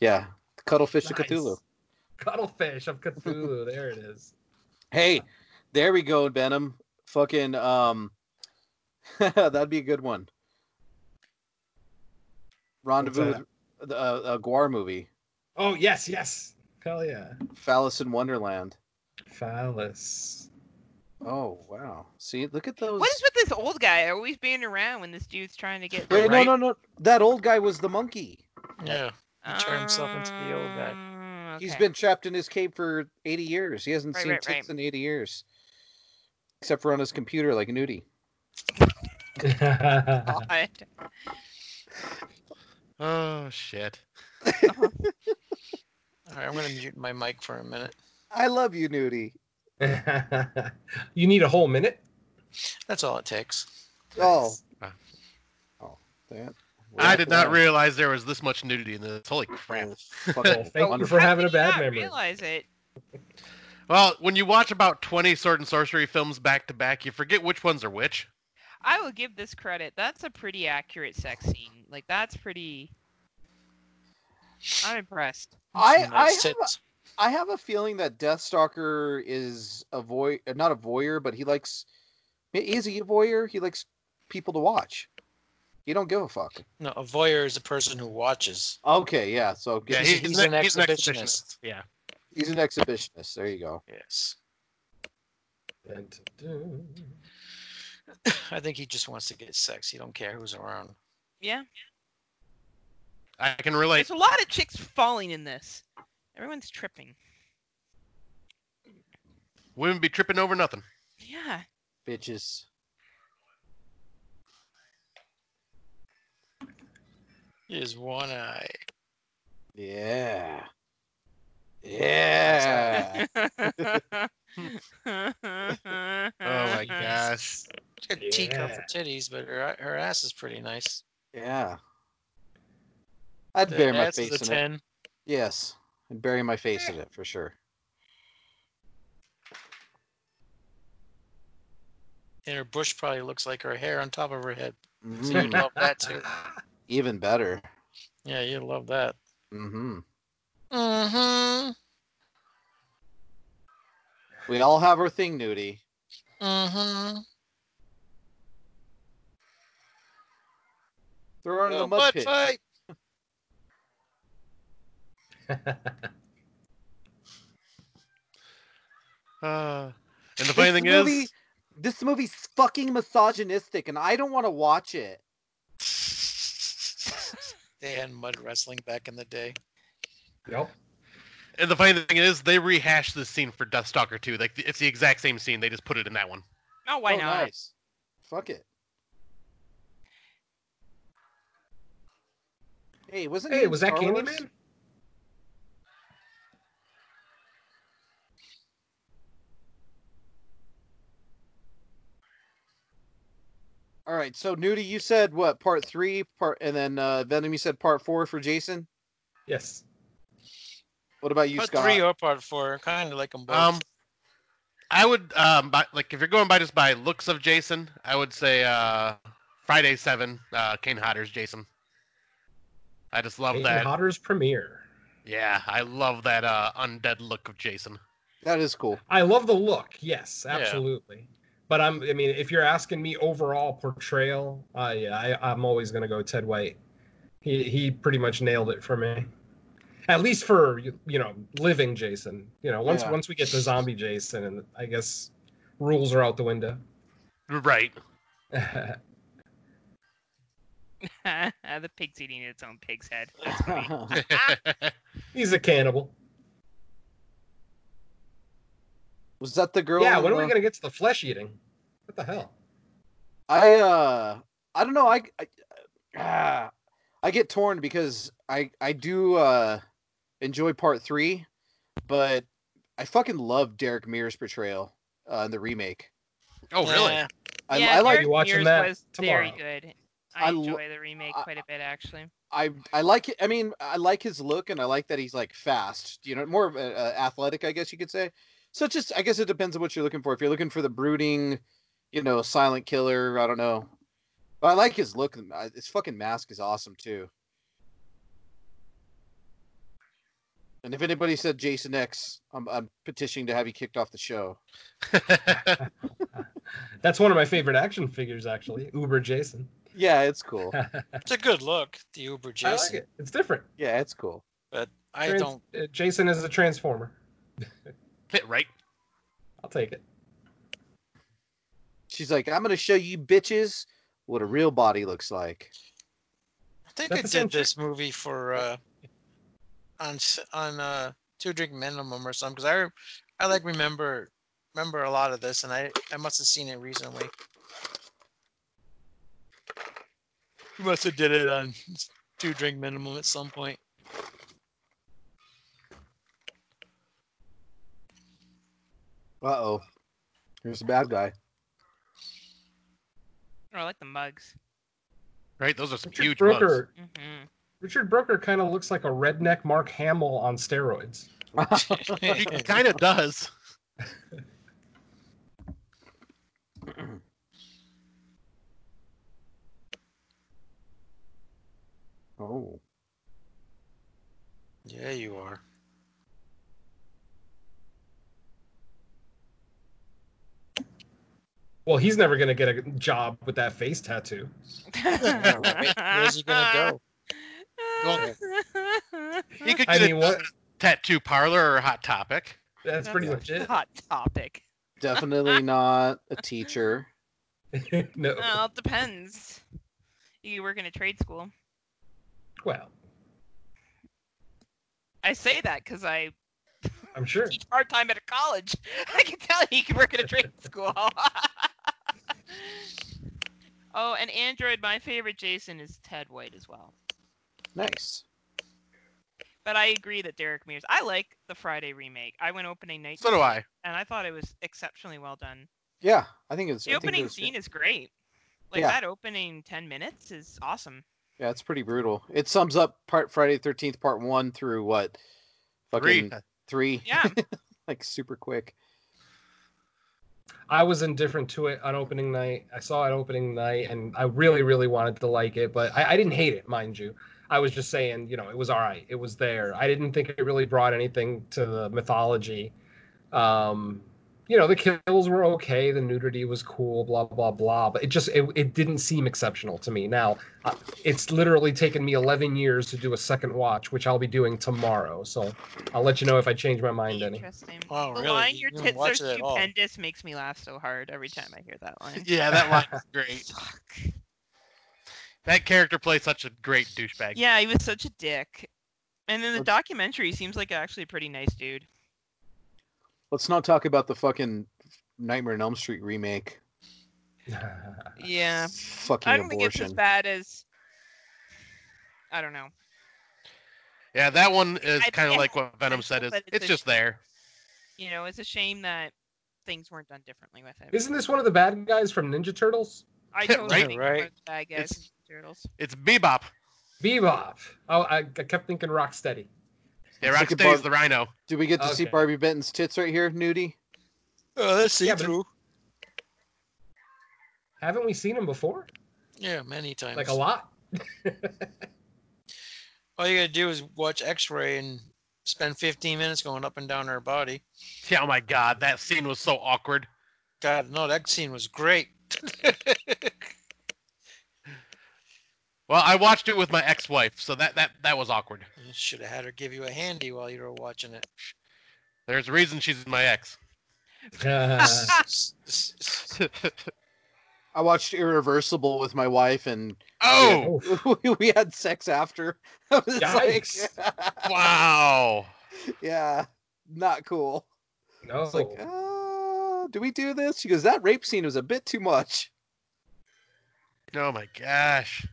Speaker 4: Yeah, the cuttlefish to
Speaker 5: Nice.
Speaker 4: Cthulhu.
Speaker 5: Cuttlefish of Cthulhu. there it is.
Speaker 4: Hey, there we go, Venom. Fucking um, (laughs) that'd be a good one. Rendezvous
Speaker 5: that?
Speaker 4: with the uh, a Guar movie,
Speaker 5: Oh yes, yes. Hell yeah.
Speaker 4: Phallus in Wonderland.
Speaker 5: Phallus. (laughs)
Speaker 4: Oh wow! See, look at those.
Speaker 3: What is with this old guy always being around when this dude's trying to get?
Speaker 4: Wait,
Speaker 3: the-
Speaker 4: no, no, no. That old guy was the monkey.
Speaker 2: Yeah. He turned himself into the old guy.
Speaker 3: Oh,
Speaker 4: He's
Speaker 3: okay. (laughs)
Speaker 4: been trapped in his cave for 80 years. He hasn't
Speaker 3: Right,
Speaker 4: seen
Speaker 3: right,
Speaker 4: tits
Speaker 3: right.
Speaker 4: in 80 years, except for on his computer, like Nudie.
Speaker 5: That's
Speaker 3: God.
Speaker 1: Oh shit.
Speaker 2: All right, I'm gonna mute my mic for a minute.
Speaker 4: I love you, Nudie.
Speaker 5: (laughs) you need a whole minute.
Speaker 2: That's all it takes.
Speaker 4: Oh,
Speaker 1: Nice.
Speaker 4: oh, that.
Speaker 1: I did not realize there was this much nudity in this. Holy crap.
Speaker 5: Well,
Speaker 4: Fucking
Speaker 5: thank you
Speaker 4: wonderful.
Speaker 5: for having a
Speaker 3: Did you
Speaker 5: bad
Speaker 3: not
Speaker 5: memory.
Speaker 3: Realize it.
Speaker 1: Well, when you watch about 20 sword and sorcery films back to back, you forget which ones are which.
Speaker 3: I will give this credit. That's a pretty accurate sex scene. Like that's pretty. I'm impressed.
Speaker 2: Some
Speaker 4: I, I,
Speaker 2: nice
Speaker 4: have a,
Speaker 2: tits.
Speaker 4: I have a feeling that Deathstalker is a voy, not a voyeur, but he likes. Is he a voyeur? He likes people to watch. He don't give a fuck.
Speaker 2: No, a voyeur is a person who watches.
Speaker 4: Okay, yeah. So
Speaker 1: Yeah,
Speaker 2: He's-
Speaker 1: he's,
Speaker 2: he's
Speaker 1: an,
Speaker 2: an
Speaker 1: he's an
Speaker 2: exhibitionist.
Speaker 1: exhibitionist. Yeah.
Speaker 4: he's an exhibitionist. There you go.
Speaker 2: Yes.
Speaker 5: And-
Speaker 2: I think he just wants to get sex. He don't care who's around.
Speaker 3: Yeah.
Speaker 1: I can relate.
Speaker 3: There's a lot of chicks falling in this. Everyone's tripping.
Speaker 1: Women be tripping over nothing.
Speaker 3: Yeah.
Speaker 4: Bitches.
Speaker 2: He has one eye.
Speaker 4: Yeah. Yeah.
Speaker 3: (laughs) oh
Speaker 1: Oh my
Speaker 4: (laughs)
Speaker 1: gosh.
Speaker 2: Got a teacup for
Speaker 5: Yeah.
Speaker 2: titties, but her her ass is pretty nice.
Speaker 4: Yeah. I'd
Speaker 2: The
Speaker 4: bury my
Speaker 2: ass is
Speaker 4: face
Speaker 2: a
Speaker 4: in it.
Speaker 2: ten.
Speaker 4: Yes. I'd bury my face in it for sure.
Speaker 2: And her bush probably looks like her hair on top of her head. So you'd
Speaker 4: Mm,
Speaker 2: love that too.
Speaker 4: even better.
Speaker 2: Yeah, you'd love that.
Speaker 4: hmm
Speaker 2: Mm-hmm.
Speaker 4: We all have our thing, Nudie.
Speaker 2: Mm-hmm.
Speaker 4: Throw her in the mud
Speaker 2: butt
Speaker 4: pit.
Speaker 2: fight.
Speaker 1: Uh, and the funny thing
Speaker 4: movie,
Speaker 1: is,
Speaker 4: this movie's fucking misogynistic, and I don't want to watch it.
Speaker 2: They had mud wrestling back in the day.
Speaker 5: yep.
Speaker 1: and the funny thing is, they rehashed this scene for Deathstalker 2. Like it's the exact same scene. They just put it in that one.
Speaker 3: (laughs) Oh, why
Speaker 4: Oh,
Speaker 3: not?
Speaker 4: Nice. Fuck it. Hey, wasn't he
Speaker 5: Hey,
Speaker 4: in
Speaker 5: was that
Speaker 4: Star Wars?
Speaker 5: Candyman?
Speaker 4: All right, so Nudie, you said what part three, part, and then uh, Venom, you said part four for Jason.
Speaker 5: Yes.
Speaker 4: What about you,
Speaker 2: part
Speaker 4: Scott?
Speaker 2: three or part four, kind of like them both.
Speaker 1: Um, I would um, by, like if you're going by just by looks of Jason, I would say uh, Friday seven. Uh, Kane Hodder's Jason. I just love
Speaker 5: Peyton
Speaker 1: that.
Speaker 5: Hodder's premiere.
Speaker 1: Yeah, I love that uh, undead look of Jason.
Speaker 4: That is cool.
Speaker 5: I love the look. Yes,
Speaker 1: Yeah.
Speaker 5: absolutely. But I'm. I mean, if you're asking me overall portrayal, uh, yeah, I, I'm always gonna go Ted White. He he pretty much nailed it for me. At least for you you know living Jason. You know once
Speaker 4: Yeah.
Speaker 5: once we get to zombie Jason, and I guess rules are out the window. (laughs)
Speaker 1: Right.
Speaker 3: (laughs) the pig's eating its own pig's head.
Speaker 4: (laughs)
Speaker 3: That's funny.
Speaker 5: He's a cannibal.
Speaker 4: was that the girl?
Speaker 5: yeah. When are we
Speaker 4: uh,
Speaker 5: gonna get to the flesh eating? What the hell?
Speaker 4: I uh I don't know. I I, ah, I get torn because I I do uh enjoy part 3, but I fucking love Derek Mears portrayal uh, in the remake.
Speaker 1: oh, really?
Speaker 2: Yeah.
Speaker 4: I,
Speaker 3: yeah,
Speaker 4: I like
Speaker 3: Derek
Speaker 5: Derek- You watching
Speaker 3: Mears
Speaker 5: that
Speaker 3: was very
Speaker 5: tomorrow.
Speaker 3: good. I,
Speaker 4: I lo-
Speaker 3: enjoy the remake
Speaker 4: I-
Speaker 3: quite a bit, actually.
Speaker 4: I I like it- I mean I like his look and I like that he's like fast. You know, more of a, a athletic, I guess you could say. So it's just I guess it depends on what you're looking for. If you're looking for the brooding, you know, silent killer, I don't know. But I like his look. and I- His fucking mask is awesome too. And if anybody said Jason X, I'm, I'm petitioning to have you kicked off the show.
Speaker 1: (laughs)
Speaker 5: That's one of my favorite action figures, actually. Uber Jason. (laughs)
Speaker 4: Yeah, it's cool.
Speaker 5: I
Speaker 2: It's a good look, the Uber Jason.
Speaker 5: like it. It's different.
Speaker 4: Yeah, it's cool.
Speaker 2: I
Speaker 5: Trans-
Speaker 2: don't.
Speaker 5: uh, Jason is a transformer.
Speaker 1: right.
Speaker 5: I'll take it.
Speaker 4: She's like, I'm gonna show you bitches what a real body looks like.
Speaker 2: I think
Speaker 5: that
Speaker 2: I
Speaker 5: the same
Speaker 2: did this movie for uh, on s- on uh, two drink minimum or something because I re- I like remember remember a lot of this and I I must have seen it recently. You must have did it on two drink minimum at some
Speaker 5: (laughs)
Speaker 2: point. (laughs)
Speaker 4: Uh oh, here's the bad guy.
Speaker 3: Oh, I like the mugs.
Speaker 1: Right. Those are some
Speaker 5: Richard
Speaker 1: huge
Speaker 5: Brooker.
Speaker 1: mugs.
Speaker 3: hmm
Speaker 5: Richard Brooker kind of looks like a redneck Mark Hamill on steroids.
Speaker 1: He kind of does.
Speaker 4: Oh.
Speaker 2: yeah, you are.
Speaker 5: Well, he's never going to get a job with that face tattoo.
Speaker 2: Where's he gonna go?
Speaker 1: He could get
Speaker 5: I mean,
Speaker 1: a
Speaker 5: what?
Speaker 1: tattoo parlor or Hot Topic.
Speaker 5: That's pretty much it.
Speaker 3: Hot topic. (laughs)
Speaker 4: Definitely not a teacher.
Speaker 5: (laughs) no.
Speaker 3: Well, it depends. You work in a trade school.
Speaker 5: Well,
Speaker 3: I say that because I
Speaker 5: I'm sure.
Speaker 3: teach part time at a college. (laughs) I can tell you can work at a trade (laughs) school. oh, and Android, my favorite Jason is Ted White as well.
Speaker 4: Nice.
Speaker 3: But I agree that Derek Mears. I like the Friday remake. I went opening night
Speaker 1: So do I.
Speaker 3: and I thought it was exceptionally well done.
Speaker 4: Yeah, I think it's.
Speaker 3: The
Speaker 4: I think
Speaker 3: opening
Speaker 4: it's-
Speaker 3: scene is great. Like
Speaker 4: Yeah.
Speaker 3: that opening ten minutes is awesome.
Speaker 4: Yeah, it's pretty brutal. It sums up part Friday Thirteenth Part One through what?
Speaker 1: Three.
Speaker 4: Fucking three.
Speaker 3: Yeah.
Speaker 4: (laughs) like super quick.
Speaker 5: I was indifferent to it on opening night. I saw it opening night, and I really, really wanted to like it, but I, I didn't hate it, mind you. I was just saying, you know, it was all right. It was there. I didn't think it really brought anything to the mythology. Um, you know, the kills were okay. The nudity was cool. Blah blah blah. But it just it, it didn't seem exceptional to me. Now, uh, it's literally taken me 11 years to do a second watch, which I'll be doing tomorrow. So I'll let you know if I change my mind any.
Speaker 3: Interesting.
Speaker 2: Wow,
Speaker 3: the
Speaker 2: really?
Speaker 3: line
Speaker 2: You
Speaker 3: "Your
Speaker 2: didn't
Speaker 3: tits are
Speaker 2: watch it at all."
Speaker 3: stupendous" makes me laugh so hard every time I hear
Speaker 2: (laughs)
Speaker 3: that line.
Speaker 1: Yeah, that line's great.
Speaker 3: Fuck.
Speaker 1: (laughs) That character plays such a great douchebag.
Speaker 3: Yeah, he was such a dick. And then the
Speaker 4: Let's-
Speaker 3: documentary seems like actually a pretty nice dude.
Speaker 4: Let's not talk about the fucking Nightmare on Elm Street remake.
Speaker 3: Yeah.
Speaker 4: Uh, Fucking
Speaker 3: I don't think it's as
Speaker 4: abortion.
Speaker 3: bad as I don't know.
Speaker 1: Yeah, that one is
Speaker 3: I think
Speaker 1: kind
Speaker 3: it
Speaker 1: of like
Speaker 3: has
Speaker 1: what Venom said.
Speaker 3: potential,
Speaker 1: Is
Speaker 3: but it's
Speaker 1: it's
Speaker 3: a
Speaker 1: just
Speaker 3: sh-
Speaker 1: there.
Speaker 3: You know, it's a shame that things weren't done differently with it.
Speaker 5: (laughs) Isn't this one of the bad guys from Ninja Turtles?
Speaker 3: I totally
Speaker 1: Right?
Speaker 3: think
Speaker 2: Right.
Speaker 3: right. bad guys
Speaker 1: It's-
Speaker 3: and turtles.
Speaker 1: It's Bebop.
Speaker 5: Bebop. Oh, I, I kept thinking Rocksteady.
Speaker 1: Yeah,
Speaker 4: It's like a
Speaker 1: Rocksteady's
Speaker 4: Barb-
Speaker 1: the Rhino.
Speaker 4: Do we get to see
Speaker 5: Okay.
Speaker 4: Barbie Benton's tits right here, nudie?
Speaker 2: (laughs) Oh, let's see
Speaker 5: Yeah, but-
Speaker 2: through.
Speaker 5: Haven't we seen him before?
Speaker 2: Yeah, many times.
Speaker 5: like a lot. (laughs)
Speaker 2: All you gotta do is watch X-ray and spend 15 minutes going up and down her body.
Speaker 1: Yeah, oh my god, that scene was so awkward.
Speaker 2: God, no, that scene was great.
Speaker 1: Well, I watched it with my ex-wife, so that that that was awkward.
Speaker 2: Should have had her give you a handy while you were watching it.
Speaker 1: There's a reason she's my ex.
Speaker 5: Uh,
Speaker 4: I watched Irreversible with my wife, and (laughs)
Speaker 1: Oh,
Speaker 5: oh,
Speaker 4: we had sex after. (laughs) I was (laughs) like,
Speaker 1: wow.
Speaker 4: yeah, not cool.
Speaker 5: no.
Speaker 4: I was like,
Speaker 5: Oh.
Speaker 4: uh, do we do this? She goes, that rape scene was a bit too much.
Speaker 1: Oh my gosh.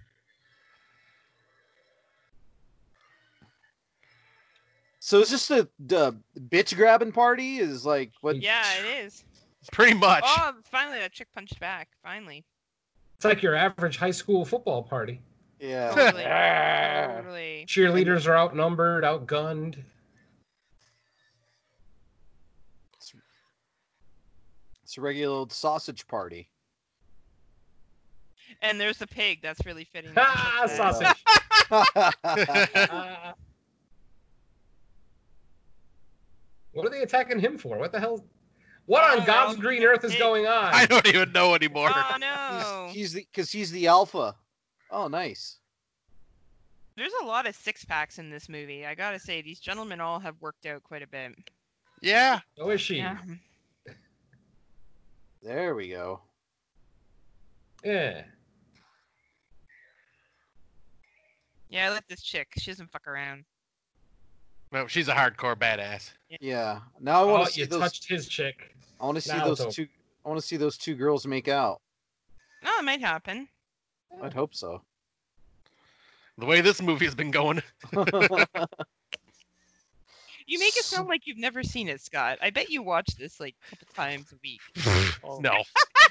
Speaker 4: So is this the the bitch grabbing party? Is like what?
Speaker 3: Yeah, it is.
Speaker 1: Pretty much.
Speaker 3: Oh, finally that chick punched back. Finally.
Speaker 5: It's like your average high school football party. (laughs)
Speaker 4: Yeah. (laughs)
Speaker 3: Totally.
Speaker 4: Ah.
Speaker 3: totally.
Speaker 5: Cheerleaders are outnumbered, outgunned.
Speaker 4: It's a regular old
Speaker 5: (laughs)
Speaker 4: sausage party.
Speaker 3: And there's the pig. That's really fitting.
Speaker 5: (laughs) Ah,
Speaker 3: That's-
Speaker 4: (laughs)
Speaker 5: sausage.
Speaker 3: Oh.
Speaker 5: Ah. what are they attacking him for? What the hell? What
Speaker 3: I
Speaker 5: on
Speaker 3: don't
Speaker 5: God's
Speaker 3: know.
Speaker 5: green earth is
Speaker 3: Hey.
Speaker 5: going
Speaker 1: (laughs)
Speaker 5: on?
Speaker 1: I don't even know anymore.
Speaker 3: Oh no.
Speaker 4: He's- (laughs) he's the because he's the alpha. Oh, nice.
Speaker 3: There's a lot of six packs in this movie. I gotta say, these gentlemen all have worked out quite a bit.
Speaker 1: yeah.
Speaker 5: Oh, is she?
Speaker 3: Yeah.
Speaker 4: There we go.
Speaker 5: Yeah.
Speaker 3: Yeah, I like this chick. She doesn't fuck around.
Speaker 1: No, she's a hardcore badass.
Speaker 4: Yeah. Now I want
Speaker 5: Oh,
Speaker 4: to see
Speaker 5: you
Speaker 4: those.
Speaker 5: touched his
Speaker 4: (laughs)
Speaker 5: chick.
Speaker 4: I want to see
Speaker 5: now
Speaker 4: those
Speaker 5: it's over.
Speaker 4: two. I want to see those two girls make out.
Speaker 3: No, Oh, it might happen.
Speaker 4: I'd hope
Speaker 5: (laughs)
Speaker 4: so. (laughs)
Speaker 1: The way this movie's been going.
Speaker 3: You make it sound like you've never seen it, Scott. I bet you watch this like a couple times a week.
Speaker 2: (laughs) Oh,
Speaker 3: (laughs)
Speaker 1: no.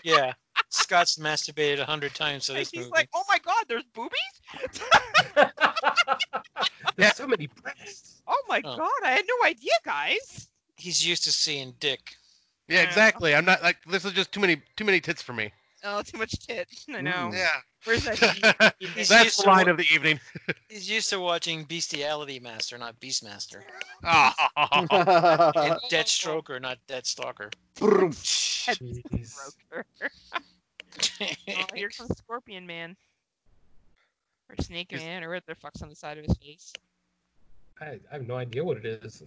Speaker 2: Yeah, Scott's masturbated a hundred times to
Speaker 3: And
Speaker 2: this
Speaker 3: he's
Speaker 2: movie.
Speaker 3: like, "Oh my God, there's boobies!
Speaker 5: There's so many breasts.
Speaker 3: Oh my
Speaker 2: Oh.
Speaker 3: God, I had no idea, guys."
Speaker 2: He's used to seeing dick.
Speaker 1: Yeah, exactly. I'm not like this is just too many too many tits for me.
Speaker 3: Oh, too much tit. (laughs) I know.
Speaker 4: Mm.
Speaker 3: Where's that? tit?
Speaker 1: (laughs) Yeah. (laughs)
Speaker 2: He's
Speaker 1: That's
Speaker 2: used
Speaker 1: the
Speaker 2: to
Speaker 1: line
Speaker 2: wa-
Speaker 1: of the evening.
Speaker 2: He's used to watching Bestiality Master, not Beastmaster.
Speaker 1: Oh, (laughs)
Speaker 5: Uh-huh.
Speaker 2: And Dead Stroker, not Dead Stalker.
Speaker 4: Vroom.
Speaker 5: Jeez.
Speaker 3: Broker. Oh, here comes Scorpion Man. Or Snake
Speaker 1: He's-
Speaker 3: Man, or what the fuck's on the side of his face.
Speaker 5: I, I have no idea what it is.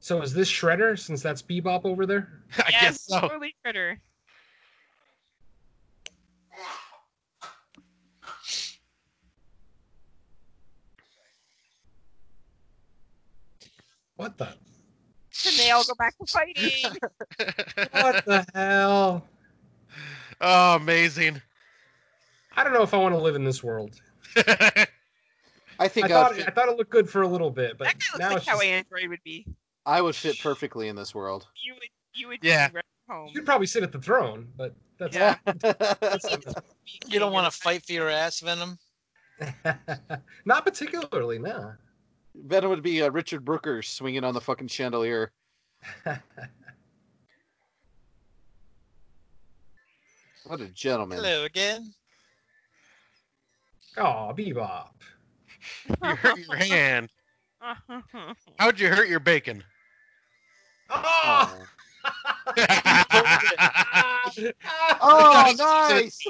Speaker 5: So is this Shredder? Since that's Bebop over there.
Speaker 1: I guess so.
Speaker 3: Totally critter.
Speaker 5: What the?
Speaker 3: And they all go back to fighting.
Speaker 5: What the hell?
Speaker 1: (laughs) oh, amazing. (laughs)
Speaker 5: I don't know if I want to live in this world.
Speaker 4: I
Speaker 5: I
Speaker 4: think I,
Speaker 5: thought
Speaker 4: would
Speaker 5: I
Speaker 4: fit,
Speaker 5: thought it looked good for a little bit, but
Speaker 3: that guy looks
Speaker 5: now
Speaker 3: like
Speaker 5: it's
Speaker 3: how
Speaker 5: just,
Speaker 3: Android would be.
Speaker 4: I would fit perfectly in this world.
Speaker 3: You would, you would
Speaker 1: Yeah.
Speaker 3: be right at home.
Speaker 5: you'd probably sit at the throne. But that's
Speaker 3: Yeah.
Speaker 2: (laughs)
Speaker 4: (laughs)
Speaker 2: You don't want to fight for your ass, Venom?
Speaker 5: (laughs) not particularly. No.
Speaker 4: Venom would be uh, Richard Brooker swinging on the fucking chandelier. What a gentleman.
Speaker 2: Hello again.
Speaker 5: oh, Bebop.
Speaker 1: you
Speaker 3: (laughs)
Speaker 1: hurt your hand. How'd you hurt your bacon?
Speaker 5: Oh,
Speaker 4: Oh,
Speaker 1: Oh,
Speaker 4: (laughs)
Speaker 3: (laughs)
Speaker 4: Oh, nice.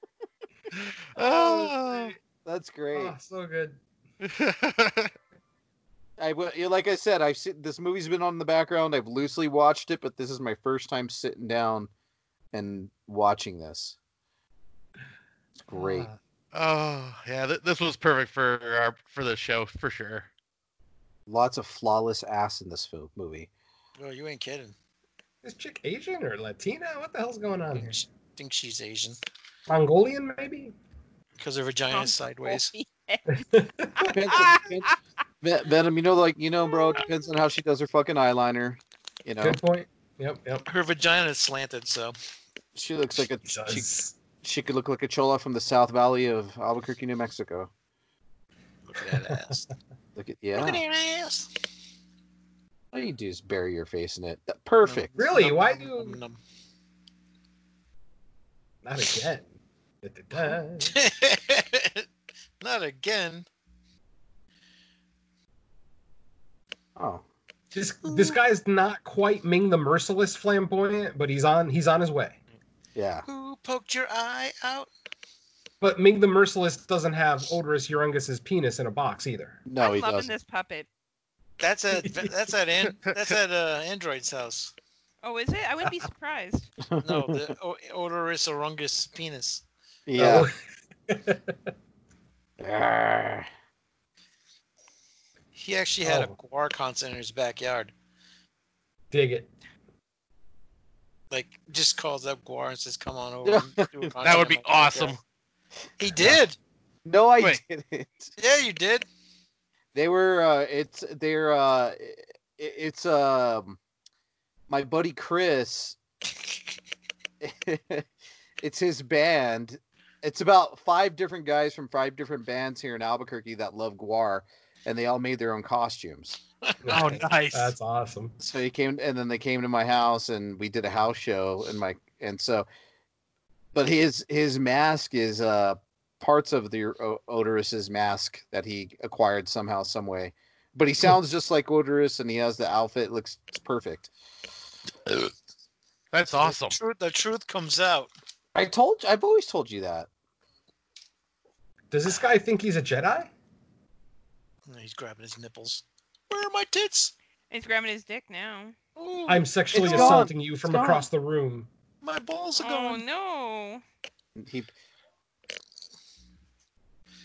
Speaker 1: (laughs) oh. (laughs)
Speaker 4: That's great.
Speaker 5: oh, so good.
Speaker 4: I w- yeah, like I said, I've seen this movie's been on in the background. I've loosely watched it, but this is my first time sitting down and watching this. It's great.
Speaker 5: Ah,
Speaker 1: Oh, yeah, th- this was perfect for our for the show for sure.
Speaker 4: Lots of flawless ass in this film, movie.
Speaker 2: Oh, you ain't kidding.
Speaker 5: is chick Asian or Latina? What the hell's going on here?
Speaker 2: Think sh- think she's Asian
Speaker 5: Mongolian, maybe?
Speaker 2: because her vagina is sideways.
Speaker 4: Depends on, depends, Ve- Venom, you know, like you know, bro. It depends on how she does her fucking eyeliner. You know,
Speaker 5: Good point. Yep, yep.
Speaker 2: Her vagina is slanted, so
Speaker 4: she looks like a she,
Speaker 5: Does.
Speaker 4: she could look like a chola from the South Valley of Albuquerque, New Mexico.
Speaker 2: look at that ass. Look
Speaker 4: Look at
Speaker 2: at
Speaker 4: yeah,
Speaker 2: her ass.
Speaker 4: All you do is bury your face in it. Perfect.
Speaker 5: Really?
Speaker 2: Nom,
Speaker 5: Why
Speaker 2: nom,
Speaker 5: do-
Speaker 2: nom, nom.
Speaker 5: Not again. Da-da-da.
Speaker 2: Not again.
Speaker 4: Oh,
Speaker 5: This this guy's not quite Ming the Merciless flamboyant, but he's on he's on his way.
Speaker 4: yeah.
Speaker 2: Who poked your eye out?
Speaker 5: But Ming the Merciless doesn't have Odorous Urungus's penis in a box either.
Speaker 4: No,
Speaker 3: I'm
Speaker 4: he
Speaker 3: loving
Speaker 4: doesn't.
Speaker 3: this puppet.
Speaker 2: That's
Speaker 5: (laughs)
Speaker 2: at that's at an, that's at uh, Android's house.
Speaker 3: Oh, is it? I wouldn't be surprised.
Speaker 2: No, the o- odorous orungus penis.
Speaker 4: Yeah.
Speaker 5: Oh,
Speaker 4: Arr.
Speaker 2: He actually had a
Speaker 5: Oh.
Speaker 2: guar concert in his backyard.
Speaker 5: (laughs) dig
Speaker 4: (laughs)
Speaker 5: it.
Speaker 2: Like, just calls up guar and says, "Come on over." and do a concert
Speaker 1: That would
Speaker 2: in
Speaker 1: be
Speaker 2: my backyard."
Speaker 1: awesome.
Speaker 2: He did.
Speaker 4: No, I
Speaker 1: Wait.
Speaker 4: didn't.
Speaker 2: Yeah, you did.
Speaker 4: They were. Uh, it's. They're. Uh, i- it's. Um, my buddy Chris. (laughs) it's his band. It's about five different guys from five different bands here in Albuquerque that love Guar, and they all made their own costumes.
Speaker 1: Oh, nice.
Speaker 5: (laughs) That's awesome.
Speaker 4: so he came and then they came to my house and we did a house show and my and so but his his mask is uh parts of the O- odorous's mask that he acquired somehow some way but he sounds just like odorous and he has the outfit looks it's perfect
Speaker 1: That's awesome. (laughs)
Speaker 2: The truth, the truth comes out.
Speaker 4: i told you i've always told you that
Speaker 5: Does this guy think he's a Jedi?
Speaker 2: And He's grabbing his nipples. Where are my tits?
Speaker 3: He's grabbing his dick now.
Speaker 2: Ooh,
Speaker 5: I'm sexually
Speaker 4: It's gone.
Speaker 5: assaulting you from
Speaker 4: It's gone.
Speaker 5: across the room.
Speaker 2: my balls are
Speaker 3: Oh
Speaker 2: going.
Speaker 3: no!
Speaker 4: he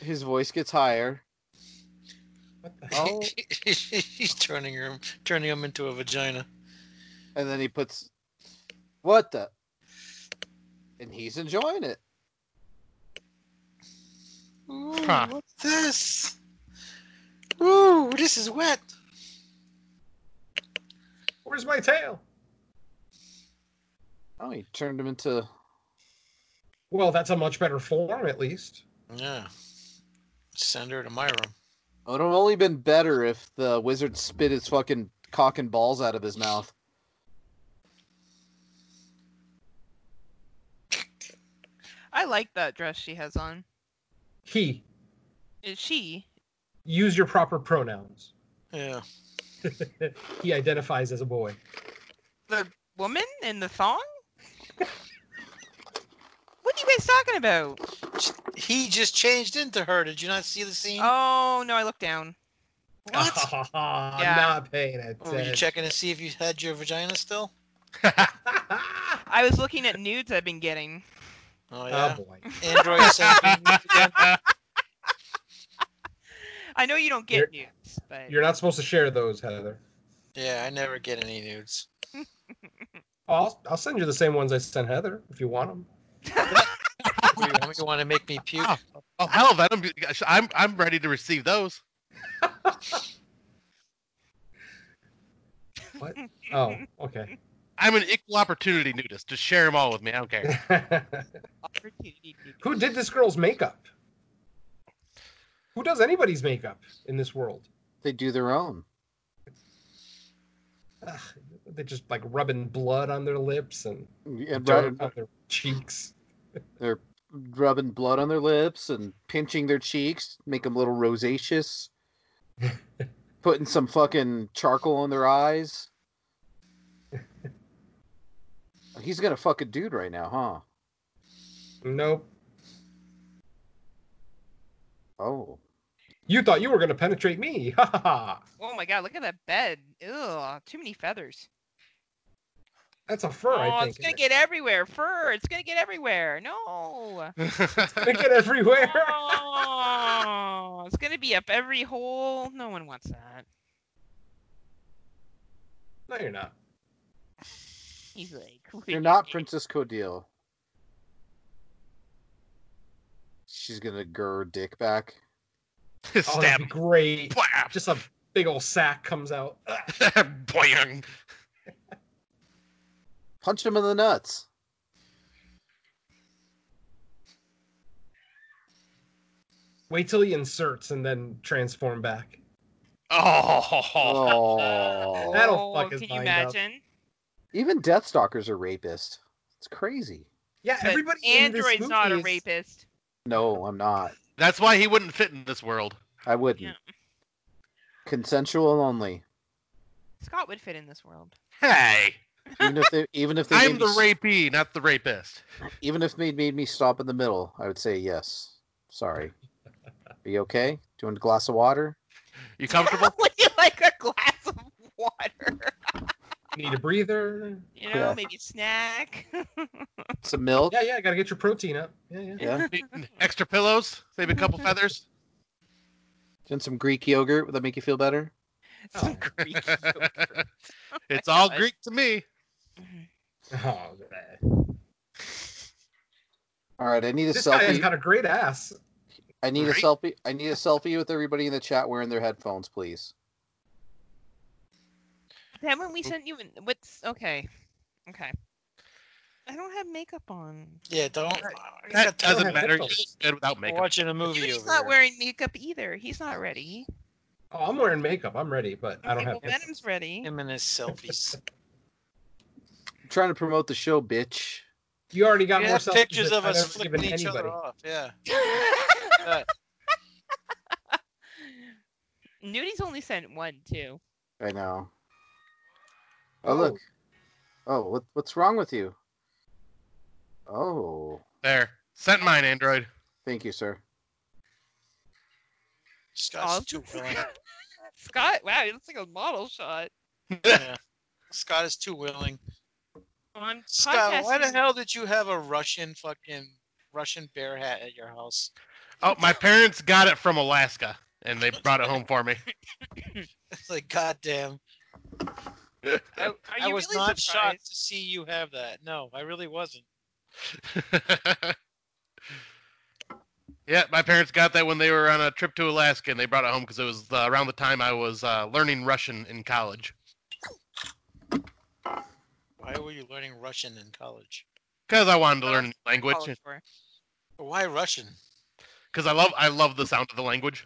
Speaker 4: his voice gets higher
Speaker 5: What the
Speaker 4: Oh.
Speaker 2: (laughs) He's turning him, turning him into a vagina.
Speaker 4: and then he puts what the and he's enjoying it
Speaker 2: Ooh,
Speaker 1: Huh.
Speaker 2: what's this? Ooh, this is wet.
Speaker 5: Where's my tail?
Speaker 4: oh he turned him into
Speaker 5: Well, that's a much better form, at least.
Speaker 2: Yeah. Send her to my room.
Speaker 4: It would have only been better if the wizard spit his fucking cock and balls out of his mouth.
Speaker 3: I like that dress she has on.
Speaker 5: He,
Speaker 3: Is she?
Speaker 5: use your proper pronouns.
Speaker 2: Yeah.
Speaker 5: he identifies as a boy.
Speaker 3: the woman in the thong? what are you guys talking about?
Speaker 2: He just changed into her. Did you not see the scene? (laughs)
Speaker 3: Oh no, I looked down.
Speaker 2: what?
Speaker 5: (laughs) I'm
Speaker 3: Yeah.
Speaker 5: not paying
Speaker 2: Oh, were you
Speaker 5: (laughs) attention.
Speaker 2: checking to see if you had your vagina still?
Speaker 3: I was looking at nudes I've been getting.
Speaker 2: Oh
Speaker 5: oh
Speaker 2: yeah.
Speaker 5: boy.
Speaker 2: Android sent you
Speaker 3: I know you don't get nudes, but
Speaker 5: You're not supposed to share those, Heather.
Speaker 2: (laughs) Yeah, I never get any nudes.
Speaker 5: I'll, I'll send you the same ones I sent Heather if you want them.
Speaker 2: What do you want? You want to make me puke?
Speaker 1: Oh, oh hell, Venom! gosh, I'm I'm ready to receive those.
Speaker 5: Oh,
Speaker 2: (laughs)
Speaker 5: okay. (laughs)
Speaker 1: I'm an equal opportunity nudist. Just share them all with me. I don't
Speaker 5: (laughs)
Speaker 1: care. (laughs)
Speaker 3: opportunity.
Speaker 5: Who did this girl's makeup? Who does anybody's makeup in this world?
Speaker 4: They do their own.
Speaker 5: Ugh, they're just like rubbing blood on their lips and
Speaker 4: And
Speaker 5: dirt
Speaker 4: rub-
Speaker 5: on their cheeks.
Speaker 4: they're rubbing blood on their lips and pinching their cheeks, make them a little rosaceous. Putting some fucking charcoal on their eyes. He's gonna fuck a dude right now, huh?
Speaker 5: Nope.
Speaker 4: Oh.
Speaker 5: You thought you were going to penetrate me. (laughs) Ha ha ha.
Speaker 3: Oh my god, look at that bed. Ugh, too many feathers.
Speaker 5: That's a fur,
Speaker 3: oh,
Speaker 5: I think.
Speaker 3: it's gonna get everywhere. Fur, it's gonna get everywhere. No.
Speaker 5: Oh, Gonna
Speaker 2: (laughs)
Speaker 5: get everywhere.
Speaker 3: Oh, it's gonna be up every hole. No one wants that.
Speaker 5: no, you're not.
Speaker 3: He's like,
Speaker 4: You're not Princess Codil. She's gonna gur her dick back.
Speaker 5: Oh, that'd
Speaker 1: Stab.
Speaker 5: be great.
Speaker 1: Blap.
Speaker 5: Just a big old sack comes out.
Speaker 1: (laughs) Boing.
Speaker 4: Punch him in the nuts.
Speaker 5: Wait till he inserts and then transform back.
Speaker 1: Oh,
Speaker 4: Oh,
Speaker 5: That'll fuck his
Speaker 3: can you
Speaker 5: mind up.
Speaker 3: imagine?
Speaker 4: (laughs) even Deathstalkers are rapists. It's crazy.
Speaker 5: Yeah,
Speaker 3: But
Speaker 5: everybody. in this
Speaker 3: Android's
Speaker 5: movie
Speaker 3: not a
Speaker 5: is-
Speaker 3: rapist.
Speaker 4: No, I'm not.
Speaker 1: (laughs) that's why he wouldn't fit in this world.
Speaker 4: I wouldn't. Consensual only.
Speaker 3: Scott would fit in
Speaker 2: (laughs)
Speaker 3: this world.
Speaker 1: Hey,
Speaker 4: Even if they,
Speaker 5: (laughs)
Speaker 4: even if they,
Speaker 1: I'm
Speaker 4: made
Speaker 1: the
Speaker 4: me, s-
Speaker 1: rapee, not the rapist.
Speaker 4: even if they made me stop in the middle, I would say yes. Sorry. Are you okay? Doing a glass of water?
Speaker 1: You
Speaker 3: (laughs)
Speaker 1: comfortable?
Speaker 3: Would you like a glass of water?
Speaker 5: Need a breather.
Speaker 3: You know,
Speaker 4: Yeah.
Speaker 3: maybe a snack.
Speaker 4: Some milk?
Speaker 5: Yeah, yeah. Gotta get your protein up. Yeah, (laughs) yeah.
Speaker 3: (laughs)
Speaker 4: Yeah.
Speaker 1: Need Extra pillows? Maybe a couple feathers?
Speaker 4: Doing some Greek yogurt? Would that make you feel better?
Speaker 3: Some Greek
Speaker 1: (laughs)
Speaker 3: yogurt.
Speaker 1: It's all
Speaker 3: God.
Speaker 1: Greek to me.
Speaker 5: Oh, man.
Speaker 4: All right. I need a
Speaker 5: this guy's
Speaker 4: selfie.
Speaker 5: got a great ass.
Speaker 4: I need
Speaker 1: Right?
Speaker 4: a selfie. I need a selfie with everybody in the chat wearing their headphones, please.
Speaker 3: Then when we sent you in, what's okay? Okay. I don't have makeup on.
Speaker 2: Yeah, don't.
Speaker 1: That
Speaker 2: I
Speaker 1: doesn't
Speaker 5: have
Speaker 1: matter. You
Speaker 5: headphones.
Speaker 1: look good without
Speaker 2: We're
Speaker 1: makeup.
Speaker 2: watching a movie
Speaker 3: Yuri's
Speaker 2: over
Speaker 3: not
Speaker 2: here.
Speaker 3: wearing makeup either. He's not ready.
Speaker 5: Oh, I'm wearing makeup. I'm ready, but I don't
Speaker 3: okay,
Speaker 5: have.
Speaker 3: well, Venom's ready.
Speaker 2: Him (laughs) and his selfies.
Speaker 4: I'm trying to promote the show, bitch.
Speaker 5: You already got
Speaker 2: We
Speaker 5: more
Speaker 2: have
Speaker 5: selfies
Speaker 2: pictures
Speaker 5: than
Speaker 2: of
Speaker 5: I've
Speaker 2: us
Speaker 5: ever given
Speaker 2: flipping each other
Speaker 5: anybody.
Speaker 2: off. Yeah.
Speaker 3: (laughs) Nudie's only sent one too.
Speaker 4: I know. Oh, look. Oh, what, what's wrong with you? Oh,
Speaker 1: There. Sent mine, Android.
Speaker 4: thank you, sir.
Speaker 2: Scott's
Speaker 3: All- (laughs)
Speaker 2: too willing.
Speaker 3: Scott, wow, he looks like a model shot.
Speaker 2: Yeah. Scott is too willing.
Speaker 3: Well, I'm
Speaker 2: Scott, why the
Speaker 3: (laughs) podcasting.
Speaker 2: hell did you have a Russian fucking Russian bear hat at your house? (laughs)
Speaker 1: Oh, my parents got it from Alaska and they brought it home for me. (laughs)
Speaker 2: It's like, goddamn.
Speaker 3: I- Are you
Speaker 2: I was
Speaker 3: really
Speaker 2: not shocked
Speaker 3: surprised?
Speaker 2: to see you have that. No, I really wasn't.
Speaker 1: yeah, my parents got that when they were on a trip to Alaska and they brought it home because it was uh, around the time I was uh, learning Russian in college.
Speaker 2: Why were you learning Russian in college?
Speaker 1: Because I wanted to learn a new language.
Speaker 3: College tour.
Speaker 2: Why Russian?
Speaker 1: Because I love I love the sound of the language.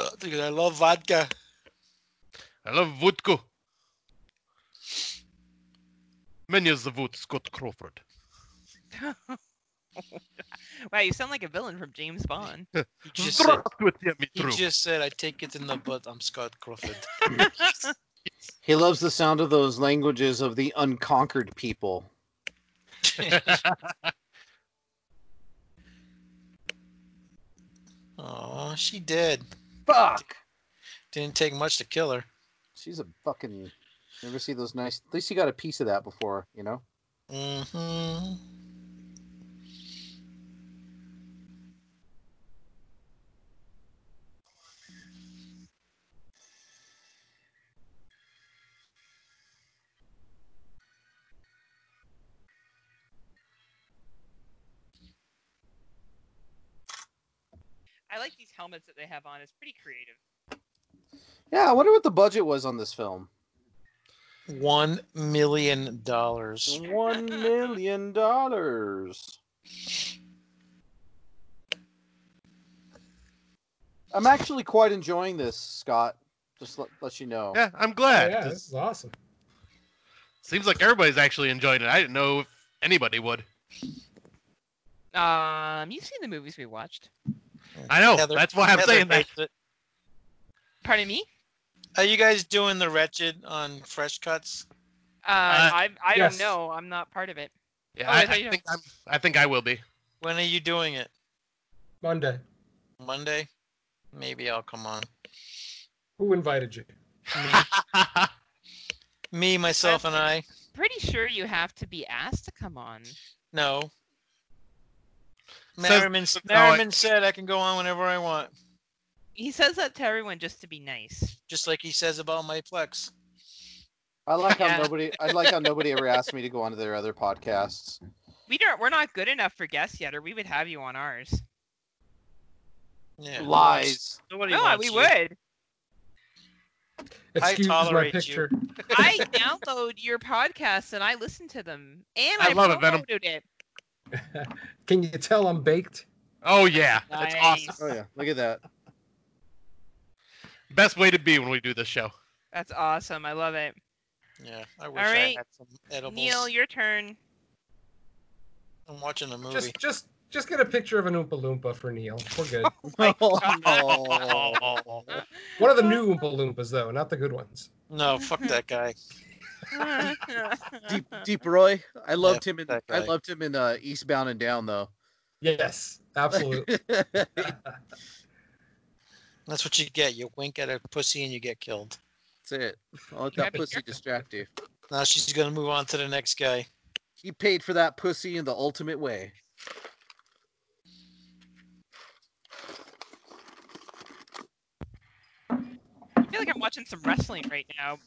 Speaker 2: Ugh, Because I love vodka.
Speaker 1: I love vodka. Меня зовут Скотт Крофорд.
Speaker 3: Wow, you sound like a villain from James Bond.
Speaker 2: He just, said,
Speaker 1: Здравствуйте,
Speaker 2: he
Speaker 1: Митру.
Speaker 2: just said, I take it in the butt. I'm Scott Crawford.
Speaker 4: He loves the sound of those languages of the unconquered people.
Speaker 2: Aw, she did.
Speaker 4: Fuck!
Speaker 2: Didn't take much to kill her.
Speaker 4: She's a fucking. you Ever see those nice? At least you got a piece of that before, you know.
Speaker 2: hmm
Speaker 3: I like these helmets that they have on. It's pretty creative.
Speaker 4: Yeah, I wonder what the budget was on this film.
Speaker 2: One million dollars.
Speaker 4: One million dollars. I'm actually quite enjoying this, Scott. Just let, let you know.
Speaker 1: (laughs) Yeah, I'm
Speaker 5: Oh,
Speaker 1: glad.
Speaker 5: yeah, this is awesome.
Speaker 1: Seems like everybody's actually enjoying it. I didn't know if anybody would.
Speaker 3: Um, you've seen the movies we watched.
Speaker 1: I know.
Speaker 2: Heather-
Speaker 1: that's why I'm
Speaker 2: Heather
Speaker 1: saying that.
Speaker 2: hates it.
Speaker 3: Pardon me.
Speaker 2: Are you guys doing the wretched on fresh cuts?
Speaker 3: Uh, I I
Speaker 5: yes.
Speaker 3: don't know. I'm not part of it.
Speaker 1: Yeah,
Speaker 3: Oh,
Speaker 1: I,
Speaker 3: I thought
Speaker 1: I
Speaker 3: you-
Speaker 1: think I'm, I think I will be.
Speaker 2: (laughs) When are you doing it?
Speaker 5: Monday.
Speaker 2: Monday? Maybe I'll come on.
Speaker 5: Who invited you?
Speaker 2: Me, myself, and I.
Speaker 3: Pretty sure you have to be asked to come on.
Speaker 2: No.
Speaker 1: Says-
Speaker 2: Merriman,
Speaker 1: says how I-
Speaker 2: Merriman said I can go on whenever I want,
Speaker 3: He says that to everyone just to be nice.
Speaker 2: just like he says about my Plex.
Speaker 4: I
Speaker 2: (laughs)
Speaker 4: like how
Speaker 3: Yeah.
Speaker 4: nobody. I like how nobody ever asked me to go onto their other podcasts.
Speaker 3: We don't. We're not good enough for guests yet, or we would have you on ours.
Speaker 2: Yeah. who wants-
Speaker 4: Lies.
Speaker 2: Nobody
Speaker 3: No,
Speaker 2: wants
Speaker 3: Oh, we
Speaker 2: you.
Speaker 3: (laughs) would.
Speaker 5: Excuse my
Speaker 2: tolerate you.
Speaker 5: picture.
Speaker 3: I download your podcasts and I listen to them, and
Speaker 1: I
Speaker 3: I,
Speaker 1: love it, Venom.
Speaker 3: promoted it.
Speaker 5: Can you tell I'm baked?
Speaker 1: oh yeah, that's awesome.
Speaker 2: (laughs)
Speaker 3: Nice.
Speaker 4: Oh yeah, look at that.
Speaker 1: Best way to be when we do this show. (laughs)
Speaker 3: That's awesome. I love it.
Speaker 2: Yeah, I wish
Speaker 3: right.
Speaker 2: I had some edibles.
Speaker 3: Neil, your turn.
Speaker 2: I'm watching a movie.
Speaker 5: (laughs) Just just just get a picture of an Oompa Loompa for Neil.
Speaker 2: (laughs)
Speaker 5: We're good.
Speaker 4: (laughs) Oh, no.
Speaker 1: Oh.
Speaker 5: One of the new Oompa Loompas though, not the good ones.
Speaker 2: No,
Speaker 3: (laughs)
Speaker 2: fuck that guy.
Speaker 4: Deep, Deep Roy. I loved him in.
Speaker 2: that
Speaker 4: I
Speaker 2: guy.
Speaker 4: loved him in uh, Eastbound and Down though. (laughs)
Speaker 5: Yes, absolutely.
Speaker 4: That's
Speaker 2: That's what you get. You wink at a pussy and you get killed.
Speaker 4: it. I'll let that
Speaker 3: Happy
Speaker 4: pussy distract you.
Speaker 2: Now she's gonna move on to the next guy.
Speaker 4: He paid for that pussy in the ultimate way.
Speaker 3: I feel like I'm watching some wrestling right now.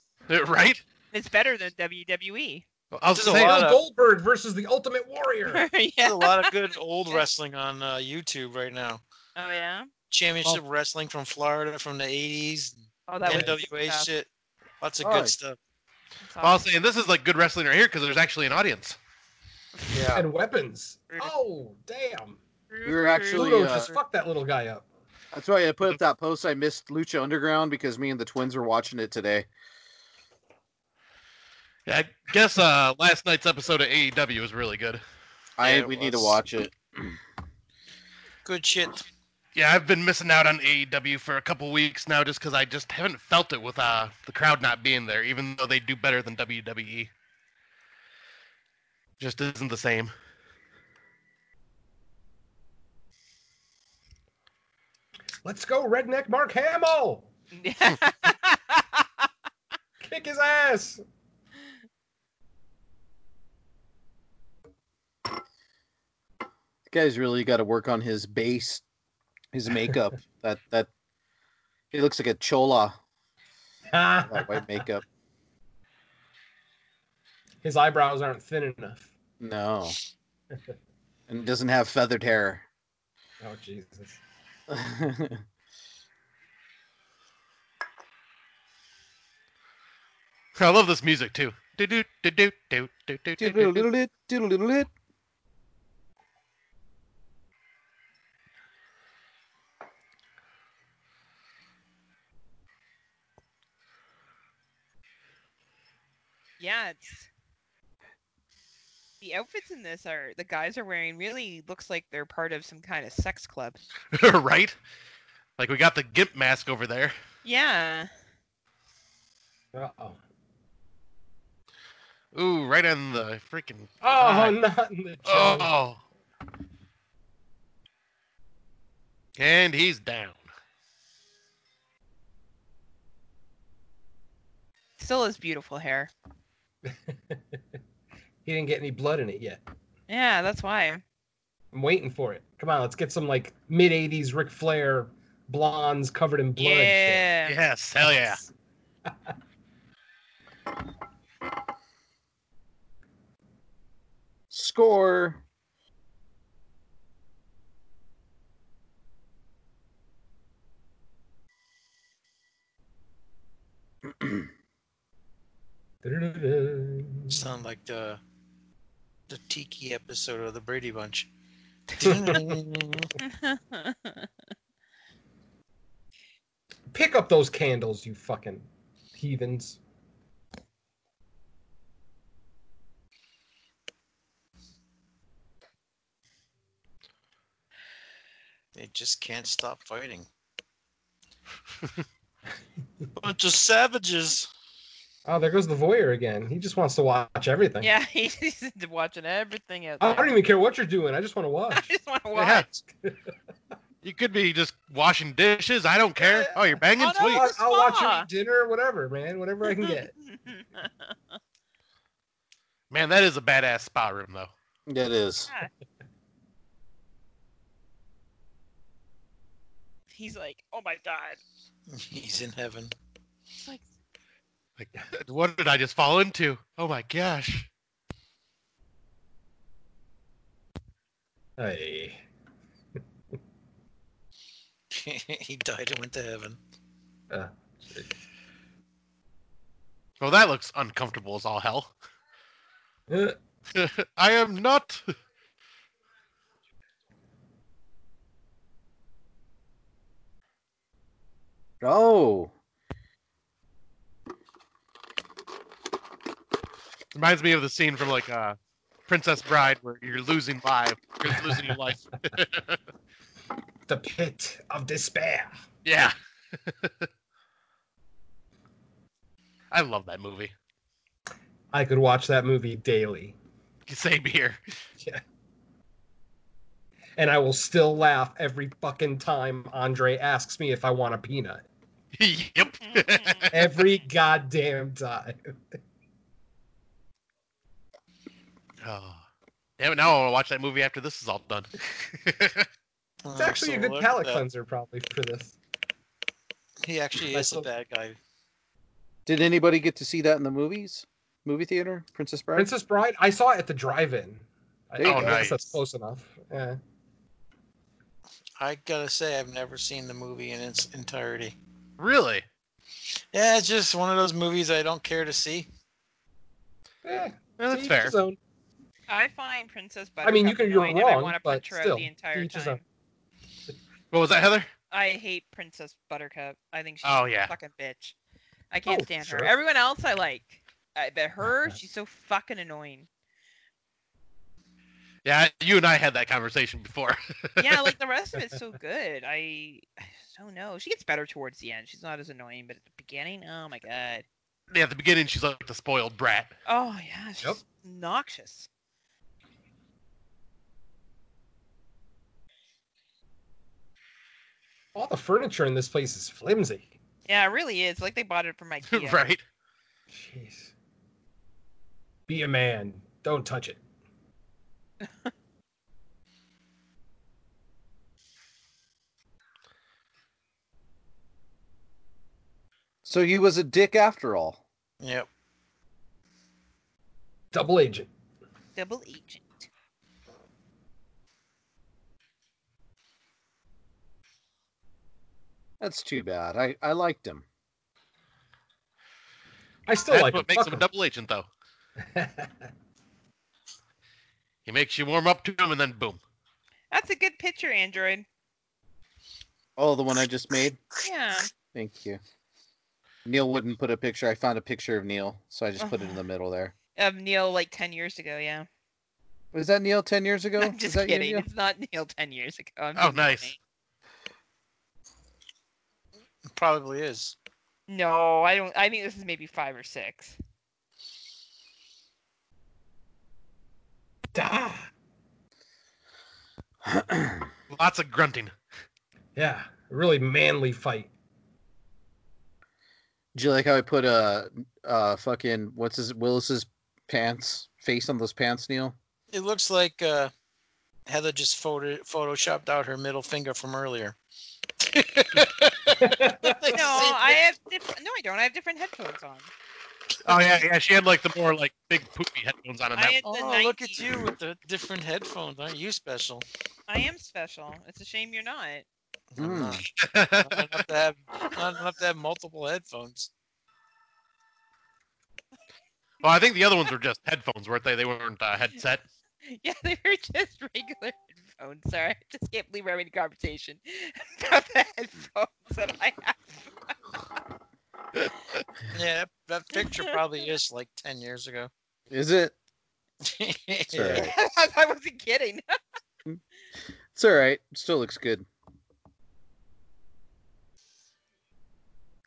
Speaker 1: Right?
Speaker 3: It's better than E. WWE.
Speaker 1: I was
Speaker 2: There's (laughs) a
Speaker 1: saying,
Speaker 2: lot
Speaker 5: Bill
Speaker 2: of-
Speaker 5: Goldberg versus the
Speaker 2: (laughs)
Speaker 5: Ultimate Warrior.
Speaker 2: (laughs) There's a
Speaker 3: yeah.
Speaker 2: lot of good old wrestling on uh, YouTube right now.
Speaker 3: Oh yeah.
Speaker 2: Championship wrestling from Florida from the 80s,
Speaker 3: Oh, that was good
Speaker 2: NWA
Speaker 3: stuff.
Speaker 2: shit. Lots of
Speaker 4: All
Speaker 2: good
Speaker 4: right.
Speaker 2: stuff.
Speaker 3: That's
Speaker 1: I was
Speaker 3: awesome.
Speaker 1: saying this is like good wrestling right here because there's actually an audience.
Speaker 2: Yeah.
Speaker 5: and weapons. Oh, damn.
Speaker 3: True,
Speaker 4: We were
Speaker 3: true.
Speaker 4: actually-
Speaker 5: Pluto
Speaker 4: uh,
Speaker 5: just fucked that little guy up.
Speaker 4: That's why I put up that post. I missed Lucha Underground because me and the twins were watching it today.
Speaker 1: Yeah, I guess uh, last night's episode of AEW was really good.
Speaker 4: I
Speaker 2: Yeah, it
Speaker 4: we need to
Speaker 2: was.
Speaker 4: watch it.
Speaker 2: Good shit.
Speaker 1: Yeah, I've been missing out on AEW for a couple weeks now just because I just haven't felt it with uh, the crowd not being there, even though they do better than WWE. Just isn't the same.
Speaker 5: Let's go, redneck Mark Hamill. Kick
Speaker 2: (laughs)
Speaker 5: his ass.
Speaker 4: The guy's really got to work on his base, his (laughs) makeup. that that he looks like a chola. That white makeup.
Speaker 5: his eyebrows aren't thin enough.
Speaker 4: No, and doesn't have feathered hair.
Speaker 5: Oh Jesus.
Speaker 1: I love this music too. Do-do, do-do, do-do, do-do, do-do.
Speaker 4: Diddle-diddle-dit, diddle-diddle-dit.
Speaker 3: (laughs) yeah, it's the outfits in this are the guys are wearing really looks like they're part of some kind of sex club.
Speaker 1: (laughs) right? Like we got the Gimp mask over there.
Speaker 3: Yeah.
Speaker 5: Uh oh.
Speaker 1: Ooh, right on the freaking.
Speaker 5: Oh, not in the jaw.
Speaker 1: Oh. And he's down.
Speaker 3: Still has beautiful hair.
Speaker 5: He didn't get any blood in it yet.
Speaker 3: Yeah, that's why.
Speaker 5: I'm waiting for it. Come on, let's get some like mid '80s Ric Flair blondes covered in blood. shit.
Speaker 3: Yeah.
Speaker 1: Yes, hell yeah.
Speaker 4: Score.
Speaker 2: Sound like the the Tiki episode of the Brady (laughs) Bunch. That's
Speaker 5: Pick up those candles, you fucking heathens.
Speaker 2: They just can't stop fighting. Bunch of savages. (laughs)
Speaker 5: Oh, there goes the voyeur again. He just wants to watch
Speaker 3: (laughs)
Speaker 5: everything.
Speaker 3: yeah, (laughs) he's into watching everything out
Speaker 5: I don't
Speaker 3: there.
Speaker 5: even care what you're doing. I just want
Speaker 3: (laughs)
Speaker 5: to
Speaker 3: I
Speaker 5: watch.
Speaker 3: just want to watch.
Speaker 1: Yeah. You could be just washing dishes. I don't care. Oh, you're banging?
Speaker 3: Oh, no.
Speaker 1: Sweet.
Speaker 5: I'll, I'll watch you
Speaker 3: Spa.
Speaker 5: eat dinner, whatever, man. Whatever
Speaker 3: (laughs)
Speaker 5: I can get.
Speaker 1: Man, that is a badass spa room, though.
Speaker 4: That is.
Speaker 3: he's like, oh my god.
Speaker 2: He's in heaven. (laughs)
Speaker 3: It's like,
Speaker 1: Like, what did I just fall into? Oh my gosh.
Speaker 5: Hey.
Speaker 2: he died and went to heaven.
Speaker 1: Well, that looks uncomfortable as all hell. (laughs)
Speaker 5: Uh,
Speaker 1: I am not.
Speaker 4: Oh,
Speaker 1: Reminds me of the scene from like uh, Princess Bride where you're losing life, you're losing your
Speaker 3: (laughs)
Speaker 1: life.
Speaker 5: The pit of despair.
Speaker 1: Yeah. (laughs) I love that movie.
Speaker 5: I could watch that movie daily,
Speaker 1: Same here. (laughs)
Speaker 5: and I will still laugh every fucking time Andre asks me if I want a peanut.
Speaker 1: yep.
Speaker 3: Mm.
Speaker 5: Every goddamn time.
Speaker 1: (laughs) oh. Damn it, now I want to watch that movie after this is all done. (laughs) Oh,
Speaker 2: Oh,
Speaker 5: It's actually a good palate cleanser, probably, for this.
Speaker 2: He actually
Speaker 5: I
Speaker 2: is a
Speaker 5: saw-
Speaker 2: bad guy.
Speaker 4: did anybody get to see that in the movies? Movie theater, Princess Bride.
Speaker 5: Princess Bride, I saw it at the drive in.
Speaker 4: There you
Speaker 1: go.
Speaker 5: I guess that's
Speaker 1: Nice.
Speaker 5: close enough. Yeah.
Speaker 2: I gotta say, I've never seen the movie in its entirety.
Speaker 1: really?
Speaker 2: Yeah, it's just one of those movies I don't care to see.
Speaker 5: yeah.
Speaker 1: Well, that's
Speaker 5: to each
Speaker 1: fair.
Speaker 5: his own.
Speaker 3: I find Princess Buttercup
Speaker 5: I mean, you can- you're
Speaker 3: annoying and I
Speaker 5: wrong,
Speaker 3: want to
Speaker 5: but
Speaker 3: punch her out
Speaker 5: still,
Speaker 3: the entire
Speaker 5: each his
Speaker 3: time.
Speaker 5: own.
Speaker 1: What was that, Heather?
Speaker 3: I hate Princess Buttercup. I think she's
Speaker 1: Oh,
Speaker 3: a
Speaker 1: yeah.
Speaker 3: fucking bitch. I can't
Speaker 5: Oh,
Speaker 3: stand
Speaker 5: sure.
Speaker 3: her. Everyone else I like. I, but her, she's so fucking
Speaker 5: (laughs)
Speaker 3: annoying.
Speaker 1: Yeah, you and I had that conversation before. (laughs)
Speaker 3: Yeah, like the rest of it's so good. I, I just don't know. She gets better towards the end. She's not as annoying, but at the beginning, oh my god.
Speaker 1: yeah, at the beginning, she's like the spoiled brat. (laughs)
Speaker 3: Oh yeah, she's noxious.
Speaker 5: All the furniture in this place is flimsy.
Speaker 3: Yeah, it really is. Like they bought it from
Speaker 5: (laughs)
Speaker 3: IKEA.
Speaker 1: right?
Speaker 5: Jeez. Be a man. Don't touch it.
Speaker 4: So he was a dick after all.
Speaker 2: Yep.
Speaker 5: Double agent.
Speaker 3: Double agent.
Speaker 4: That's too bad. I I liked him.
Speaker 5: I still
Speaker 1: That's
Speaker 5: like
Speaker 1: what
Speaker 5: him.
Speaker 1: makes
Speaker 5: Fuck
Speaker 1: him a
Speaker 5: him.
Speaker 1: double agent, though.
Speaker 5: (laughs)
Speaker 1: He makes you warm up to him, and then boom.
Speaker 3: That's a good picture, Android.
Speaker 4: Oh, the one I just made.
Speaker 3: Yeah.
Speaker 4: Thank you. Neil wouldn't put a picture. I found a picture of Neil, so I just put it in the middle there.
Speaker 3: Of Neil like ten years ago, yeah. (laughs)
Speaker 4: Was that Neil ten years ago?
Speaker 3: I'm
Speaker 4: Oh, Is
Speaker 3: just
Speaker 4: that you,
Speaker 3: kidding.
Speaker 4: Neil?
Speaker 3: It's not Neil ten years ago. I'm
Speaker 1: Oh,
Speaker 3: just
Speaker 1: nice.
Speaker 3: kidding.
Speaker 2: Probably is.
Speaker 3: No, I don't. I think this is maybe five
Speaker 1: (laughs)
Speaker 3: or six.
Speaker 5: Da.
Speaker 1: Lots of grunting.
Speaker 5: Yeah. Really manly fight. (laughs)
Speaker 4: Do you like how I put a uh, uh, fucking what's his Willis's pants face on those pants, Neil?
Speaker 2: It looks like uh, Heather just photo- photoshopped out her middle finger from earlier.
Speaker 3: (laughs) No, I have diff- no, I don't. I have different headphones on.
Speaker 1: Oh (laughs) yeah, yeah. She had like the more like big poopy headphones on. in
Speaker 3: I
Speaker 1: that
Speaker 3: had the
Speaker 2: Oh,
Speaker 3: 90s.
Speaker 2: look at you with the different headphones. Aren't you special?
Speaker 3: I am special. It's a shame you're not. (laughs)
Speaker 4: Hmm.
Speaker 2: I'm not.
Speaker 1: (laughs) one.
Speaker 2: (laughs) Not enough to have, not enough to have multiple headphones.
Speaker 1: well, I think the other ones were just headphones, weren't they? They weren't uh, headset. (laughs)
Speaker 3: Yeah, they were just regular headphones. Sorry, I just can't believe we're having a conversation (laughs) about the headphones that I have.
Speaker 2: Yeah, that, that picture probably is like 10 years ago. (laughs)
Speaker 4: Is it? It's all
Speaker 2: yeah.
Speaker 4: right.
Speaker 3: (laughs) I wasn't kidding.
Speaker 4: It's all right. Still looks good.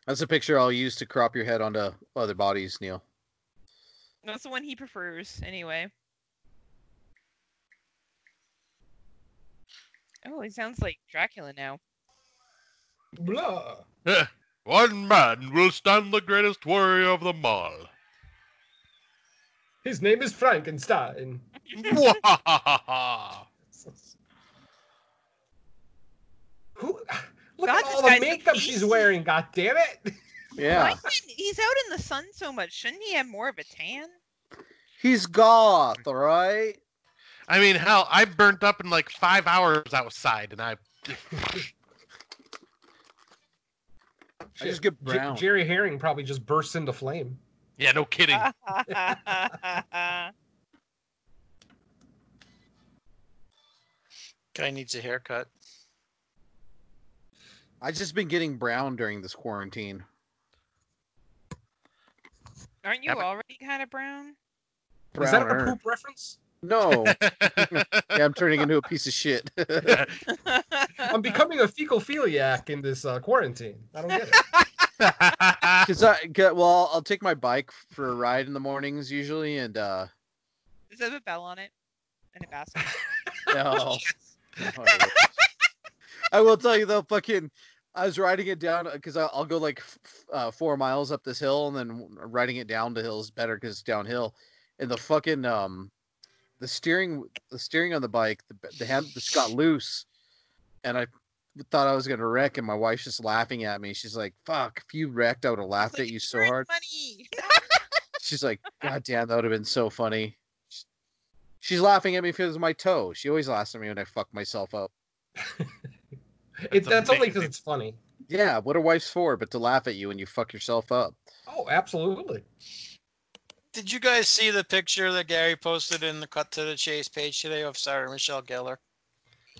Speaker 4: That's a picture I'll use to crop your head onto other bodies, Neil.
Speaker 3: That's the one he prefers, anyway. Oh, he sounds like Dracula now.
Speaker 5: Blah.
Speaker 1: One man will stand the greatest warrior of them all.
Speaker 5: His name is Frankenstein.
Speaker 1: Mwahahaha.
Speaker 5: Who? (laughs) Look
Speaker 3: God,
Speaker 5: at all
Speaker 3: this
Speaker 5: the
Speaker 3: guy's
Speaker 5: makeup she's
Speaker 3: amazing.
Speaker 5: wearing. God damn (laughs) it!
Speaker 4: Yeah.
Speaker 3: Why didn't- he's out in the sun so much. Shouldn't he have more of
Speaker 2: (laughs)
Speaker 3: a tan?
Speaker 4: He's goth, all right?
Speaker 1: (laughs) I mean, hell, I burnt up in like five hours outside, and I
Speaker 4: I just get
Speaker 5: J-
Speaker 4: brown.
Speaker 5: Jerry Herring probably just bursts into flame.
Speaker 1: yeah, no kidding.
Speaker 2: Guy needs a haircut.
Speaker 4: I've just been getting brown during this quarantine.
Speaker 3: (laughs) Aren't you
Speaker 1: Haven't-
Speaker 3: already kind of brown? (laughs)
Speaker 5: Is that a
Speaker 4: Browner.
Speaker 5: poop reference? (laughs)
Speaker 4: No.
Speaker 1: (laughs)
Speaker 4: yeah, I'm turning into a piece of shit. (laughs)
Speaker 5: I'm becoming a fecophiliac in this uh, quarantine. I don't get
Speaker 1: (laughs)
Speaker 5: it.
Speaker 4: Cause I get well, I'll take my bike for a ride in the mornings usually, and uh,
Speaker 5: (laughs)
Speaker 3: Does it have a bell on it? And
Speaker 2: (laughs)
Speaker 3: a basket?
Speaker 5: Oh.
Speaker 4: no. No, I won't. (laughs) I will tell you though, fucking, I was riding it down because I'll go like f- f- uh, four miles up this hill, and then riding it down the hill is better because it's downhill. And the fucking um, the steering, the steering on the bike, the the hand just got loose, and I thought I was gonna wreck, and my wife's just laughing at me. She's like, "Fuck, if you wrecked, I would have laughed
Speaker 3: Like,
Speaker 4: at you
Speaker 3: "It's
Speaker 4: so
Speaker 3: worth
Speaker 4: hard."
Speaker 3: Money. (laughs)
Speaker 4: She's like, God damn, that would have been so funny. She's laughing at me because of my toe. She always laughs at me when I fuck myself up.
Speaker 5: it that's only
Speaker 1: amazing.
Speaker 5: because it's funny.
Speaker 4: Yeah, what are wife's for but to laugh at you when you fuck yourself up?
Speaker 5: Oh, absolutely.
Speaker 2: Did you guys see the picture that Gary posted in the Cut to the Chase page today of Sarah Michelle Gellar?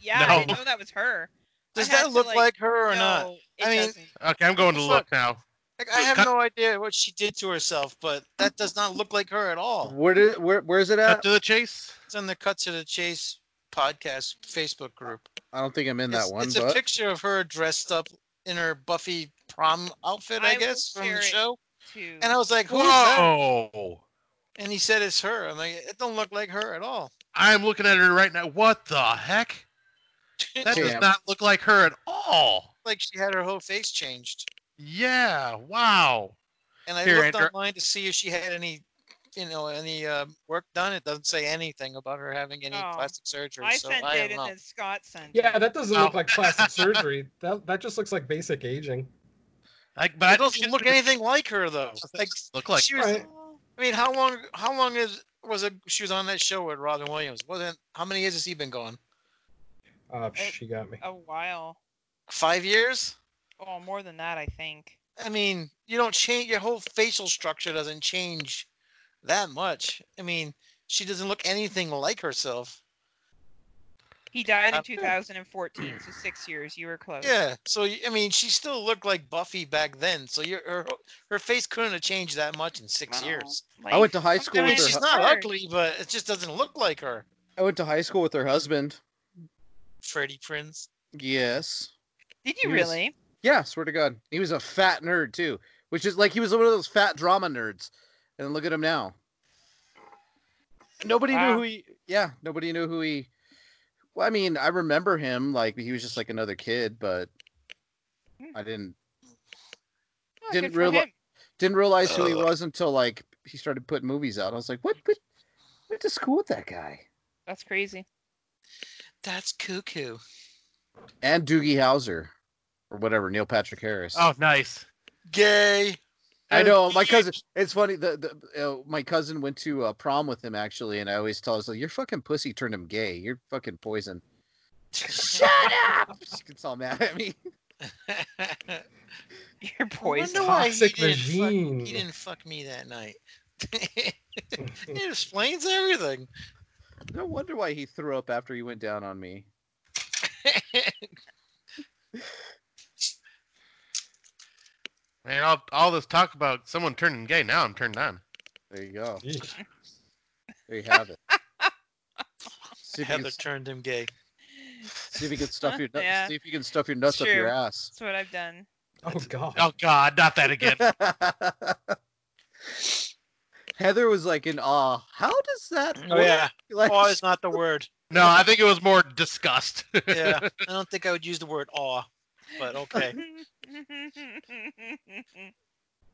Speaker 3: Yeah, I
Speaker 1: No.
Speaker 3: didn't know that was her. I
Speaker 2: Does
Speaker 3: had
Speaker 2: that
Speaker 3: to,
Speaker 2: look
Speaker 3: like,
Speaker 2: like, her or not?
Speaker 3: No, it
Speaker 2: I mean-
Speaker 3: doesn't.
Speaker 1: okay, I'm going to look now.
Speaker 2: Like, I have
Speaker 1: Cut-
Speaker 2: no idea what she did to herself, but that does not look like her at all.
Speaker 4: Where did where where's it
Speaker 1: Cut
Speaker 4: at?
Speaker 1: to the chase.
Speaker 2: It's in the Cut to the Chase podcast Facebook group.
Speaker 4: I don't think I'm in
Speaker 2: it's,
Speaker 4: that one,
Speaker 2: it's a
Speaker 4: but
Speaker 2: picture of her dressed up in her Buffy prom outfit, I,
Speaker 3: I will
Speaker 2: guess, from
Speaker 3: share
Speaker 2: the
Speaker 3: it.
Speaker 2: show.
Speaker 3: Too.
Speaker 2: And I was like, "Who's that?"
Speaker 1: Whoa!
Speaker 2: And he said, "It's her." I'm like, "It don't look like her at all." (laughs)
Speaker 1: I'm looking at her right now. What the heck? That does
Speaker 4: Damn.
Speaker 1: not look like her at all.
Speaker 2: like she had her whole face changed.
Speaker 1: Yeah. Wow.
Speaker 2: And I
Speaker 1: Here,
Speaker 2: looked
Speaker 1: Andrew.
Speaker 2: online to see if she had any, you know, any uh, work done. It doesn't say anything about her having any
Speaker 3: Oh,
Speaker 2: plastic surgery.
Speaker 3: I
Speaker 2: so
Speaker 3: sent
Speaker 2: I
Speaker 3: it,
Speaker 2: don't
Speaker 3: and
Speaker 2: know.
Speaker 3: then Scott sent
Speaker 5: Yeah,
Speaker 3: it.
Speaker 5: that doesn't
Speaker 1: Oh.
Speaker 5: look like plastic surgery. That that just looks like basic aging.
Speaker 1: Like, but I
Speaker 2: It
Speaker 1: don't
Speaker 2: doesn't look anything like her though. Like
Speaker 1: Look like
Speaker 2: she was.
Speaker 5: Right.
Speaker 3: Oh,
Speaker 2: I mean, how long? How long is was it? She was on that show with Robin Williams. Wasn't how many years has he been gone?
Speaker 5: Oh, she got me.
Speaker 3: a while.
Speaker 2: Five years.
Speaker 3: Oh, more than that, I think.
Speaker 2: I mean, you don't change your whole facial structure doesn't change that much. I mean, she doesn't look anything like herself.
Speaker 3: He died
Speaker 2: Uh,
Speaker 3: in 2014, so six years. You were close.
Speaker 2: Yeah. So y- I mean, she still looked like Buffy back then. So your her, her face couldn't have changed that much in six
Speaker 3: Wow.
Speaker 2: years.
Speaker 4: I went to
Speaker 3: Life
Speaker 4: high school
Speaker 2: I mean,
Speaker 4: with
Speaker 2: she's
Speaker 3: sometimes
Speaker 4: her. hu-
Speaker 3: is
Speaker 2: not
Speaker 3: hard.
Speaker 2: ugly, but it just doesn't look like her.
Speaker 4: I went to high school with her husband.
Speaker 2: Freddie Prince.
Speaker 4: Yes.
Speaker 3: Did you
Speaker 4: He was-
Speaker 3: really?
Speaker 4: Yeah, swear to God, he was a fat nerd too, which is like he was one of those fat drama nerds. And look at him now. Nobody knew
Speaker 3: Wow.
Speaker 4: who he. Yeah, nobody knew who he. Well, I mean, I remember him like he was just like another kid, but
Speaker 3: Hmm.
Speaker 4: I didn't
Speaker 3: Oh,
Speaker 4: Didn't
Speaker 3: good for
Speaker 4: reali-
Speaker 3: him.
Speaker 4: didn't realize who he
Speaker 2: Ugh.
Speaker 4: was until like he started putting movies out. I was like, what? what went to school with that guy
Speaker 3: That's crazy. (laughs)
Speaker 2: That's cuckoo.
Speaker 4: and Doogie Howser or whatever Neil Patrick Harris.
Speaker 1: Oh, nice.
Speaker 2: Gay. (laughs)
Speaker 4: I know my cousin. It's funny. The, the uh, my cousin went to uh, prom with him actually, and I always tell us like, your fucking pussy turned him gay. You're fucking poison. (laughs) Shut up! She gets all (laughs) mad at me.
Speaker 3: You're poison.
Speaker 2: wonder why he
Speaker 5: Toxic
Speaker 2: didn't fuck-
Speaker 5: vagine.
Speaker 2: he didn't fuck me that night. (laughs) it explains everything.
Speaker 4: No wonder why he threw up after he went down on me.
Speaker 1: Man, all, all this talk about someone turning gay. Now I'm turned on.
Speaker 4: There you go.
Speaker 5: (laughs) Yeesh.
Speaker 4: There you have it.
Speaker 3: (laughs)
Speaker 4: See if, you
Speaker 2: Heather
Speaker 4: can,
Speaker 2: turned him gay.
Speaker 4: see if you can stuff your
Speaker 3: (laughs)
Speaker 4: nuts.
Speaker 3: Yeah.
Speaker 4: See if you can stuff your nuts up
Speaker 3: True.
Speaker 4: your ass.
Speaker 3: (laughs) That's what I've done. (laughs)
Speaker 5: Oh god.
Speaker 1: Oh God, not that again.
Speaker 4: (laughs) Heather was like in awe. How does that?
Speaker 2: Oh
Speaker 4: work?"
Speaker 2: yeah.
Speaker 4: Like,
Speaker 2: Awe
Speaker 4: (laughs)
Speaker 2: is not the word.
Speaker 1: (laughs) No, I think it was more disgust.
Speaker 2: (laughs)
Speaker 1: (laughs)
Speaker 2: Yeah. I don't think I would use the word awe, but
Speaker 3: (laughs)
Speaker 2: okay.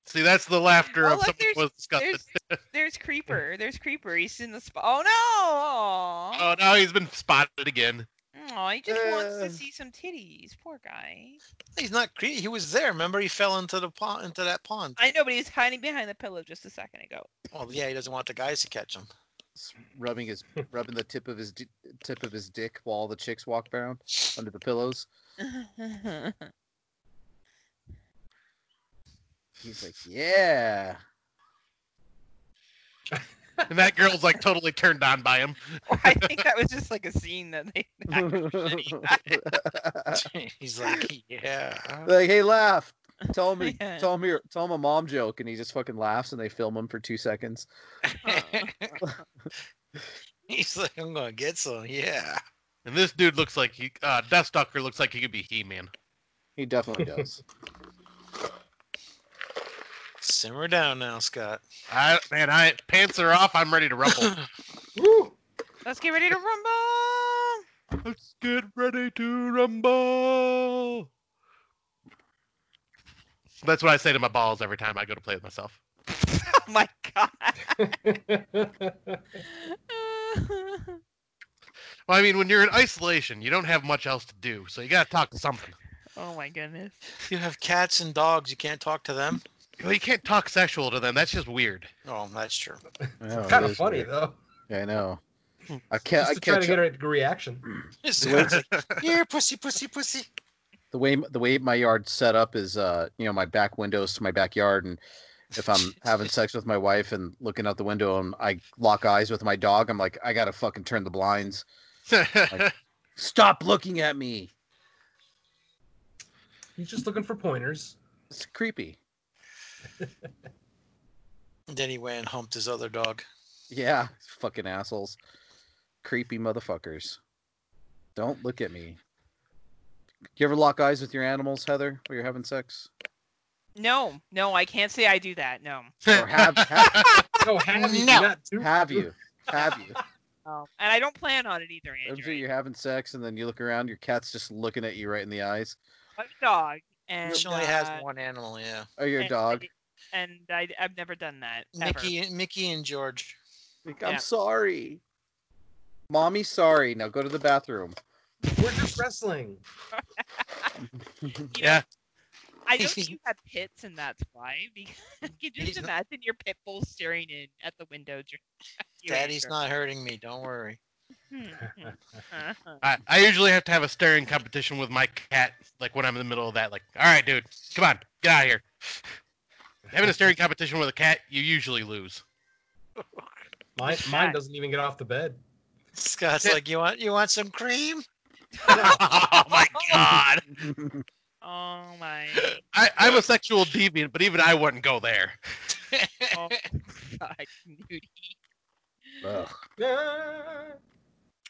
Speaker 1: See, that's the laughter
Speaker 3: Oh,
Speaker 1: of
Speaker 3: look,
Speaker 1: someone
Speaker 3: there's-
Speaker 1: who was disgusted.
Speaker 3: There's,
Speaker 4: (laughs)
Speaker 3: there's Creeper. There's Creeper. He's in the spot. Oh no!
Speaker 1: Oh, now he's been spotted again.
Speaker 3: Oh, he just wants
Speaker 4: Uh.
Speaker 3: to see some titties. Poor guy.
Speaker 2: He's not creepy. He was there. Remember, he fell into the pond, into that pond.
Speaker 3: I know, but he was hiding behind the pillow just a second ago. (laughs)
Speaker 2: Well, Oh, yeah, he doesn't want the guys to catch him.
Speaker 4: rubbing his rubbing the tip of his di- tip of his dick while all the chicks walk around under the pillows.
Speaker 5: (laughs)
Speaker 4: He's like, yeah.
Speaker 1: and that girl's like totally turned on by him.
Speaker 3: I think that was just like a scene that they. (laughs)
Speaker 2: (laughs) He's like, yeah. (laughs)
Speaker 4: like, hey, laugh. Tell me,
Speaker 3: Yeah.
Speaker 4: tell me, tell him a mom joke, and he just fucking laughs, and they film him for two seconds.
Speaker 2: He's like, I'm gonna get some. Yeah.
Speaker 1: And this dude looks like he, uh, Deathstalker looks like he could be He-Man.
Speaker 5: (laughs)
Speaker 4: He definitely does.
Speaker 2: Simmer down now, Scott.
Speaker 1: I man, I pants are off. I'm ready to rumble.
Speaker 5: Woo! (laughs)
Speaker 3: Let's get ready to rumble.
Speaker 1: (laughs) Let's get ready to rumble. That's what I say to my balls every time I go to play with myself.
Speaker 3: oh (laughs) my god.
Speaker 1: Well, I mean, when you're in isolation, you don't have much else to do, so you gotta talk to something.
Speaker 3: oh my goodness.
Speaker 2: You have cats and dogs. You can't talk to them.
Speaker 1: Well, you can't talk sexual to them. That's just weird. (laughs)
Speaker 2: Oh, that's true. (laughs)
Speaker 4: I know, it
Speaker 5: kind of
Speaker 4: is
Speaker 5: funny
Speaker 4: Oh, weird.
Speaker 5: though. Hmm.
Speaker 4: I know. I can't.
Speaker 5: Just
Speaker 4: I
Speaker 5: to try
Speaker 4: catch
Speaker 5: to get a reaction.
Speaker 2: Scott's like, Here, pussy, pussy, pussy.
Speaker 4: the way the way my yard's set up is uh you know my back windows to my backyard and if (laughs) i'm having sex with my wife and looking out the window and i lock eyes with my dog i'm like i gotta fucking turn the blinds stop looking at me
Speaker 5: He's just looking
Speaker 2: (laughs)
Speaker 5: for pointers.
Speaker 4: it's creepy
Speaker 2: And then he went and humped his other dog.
Speaker 4: yeah fucking assholes creepy motherfuckers don't look at me you ever lock eyes with your animals heather while you're having sex
Speaker 3: No, no, I can't say I do that. No.
Speaker 4: or have (laughs) have,
Speaker 5: No, Oh, have you
Speaker 2: No.
Speaker 5: not do-
Speaker 4: have you have (laughs) you
Speaker 3: And I don't plan on it either,
Speaker 4: Imagine
Speaker 3: Andrew.
Speaker 4: you're having sex and then you look around your cat's just looking at you right in the eyes
Speaker 3: I'm a dog. And,
Speaker 2: She only
Speaker 3: uh,
Speaker 2: has one animal. Yeah.
Speaker 4: or your
Speaker 3: and
Speaker 4: dog
Speaker 3: I- And I, I've never done that. Ever.
Speaker 2: Mickey, Mickey and George.
Speaker 4: Like, I'm
Speaker 3: Yeah.
Speaker 4: sorry. Mommy, sorry. Now go to the bathroom.
Speaker 5: We're just wrestling.
Speaker 1: yeah,
Speaker 3: I know that you have pits, and that's why. Because (laughs) you
Speaker 2: He's
Speaker 3: just
Speaker 2: not-
Speaker 3: imagine your pit bull staring in at the window. dur- (laughs) you,
Speaker 2: Daddy's
Speaker 3: Andrew.
Speaker 2: not hurting me. Don't worry.
Speaker 3: Hmm, hmm, uh-huh.
Speaker 1: I, I usually have to have a staring competition with my cat. Like when I'm in the middle of that, like, all right, dude, come on, get out of here. (laughs) Having a staring competition with a cat, you usually lose. (laughs)
Speaker 5: Mine, mine doesn't even get off the bed.
Speaker 2: Scott's like, you want, you want some cream?
Speaker 1: oh my god!
Speaker 3: Oh my.
Speaker 1: I, I'm a sexual deviant, but even I wouldn't go there.
Speaker 3: Oh, God, (laughs) nudie.
Speaker 4: Ugh.
Speaker 5: Ah,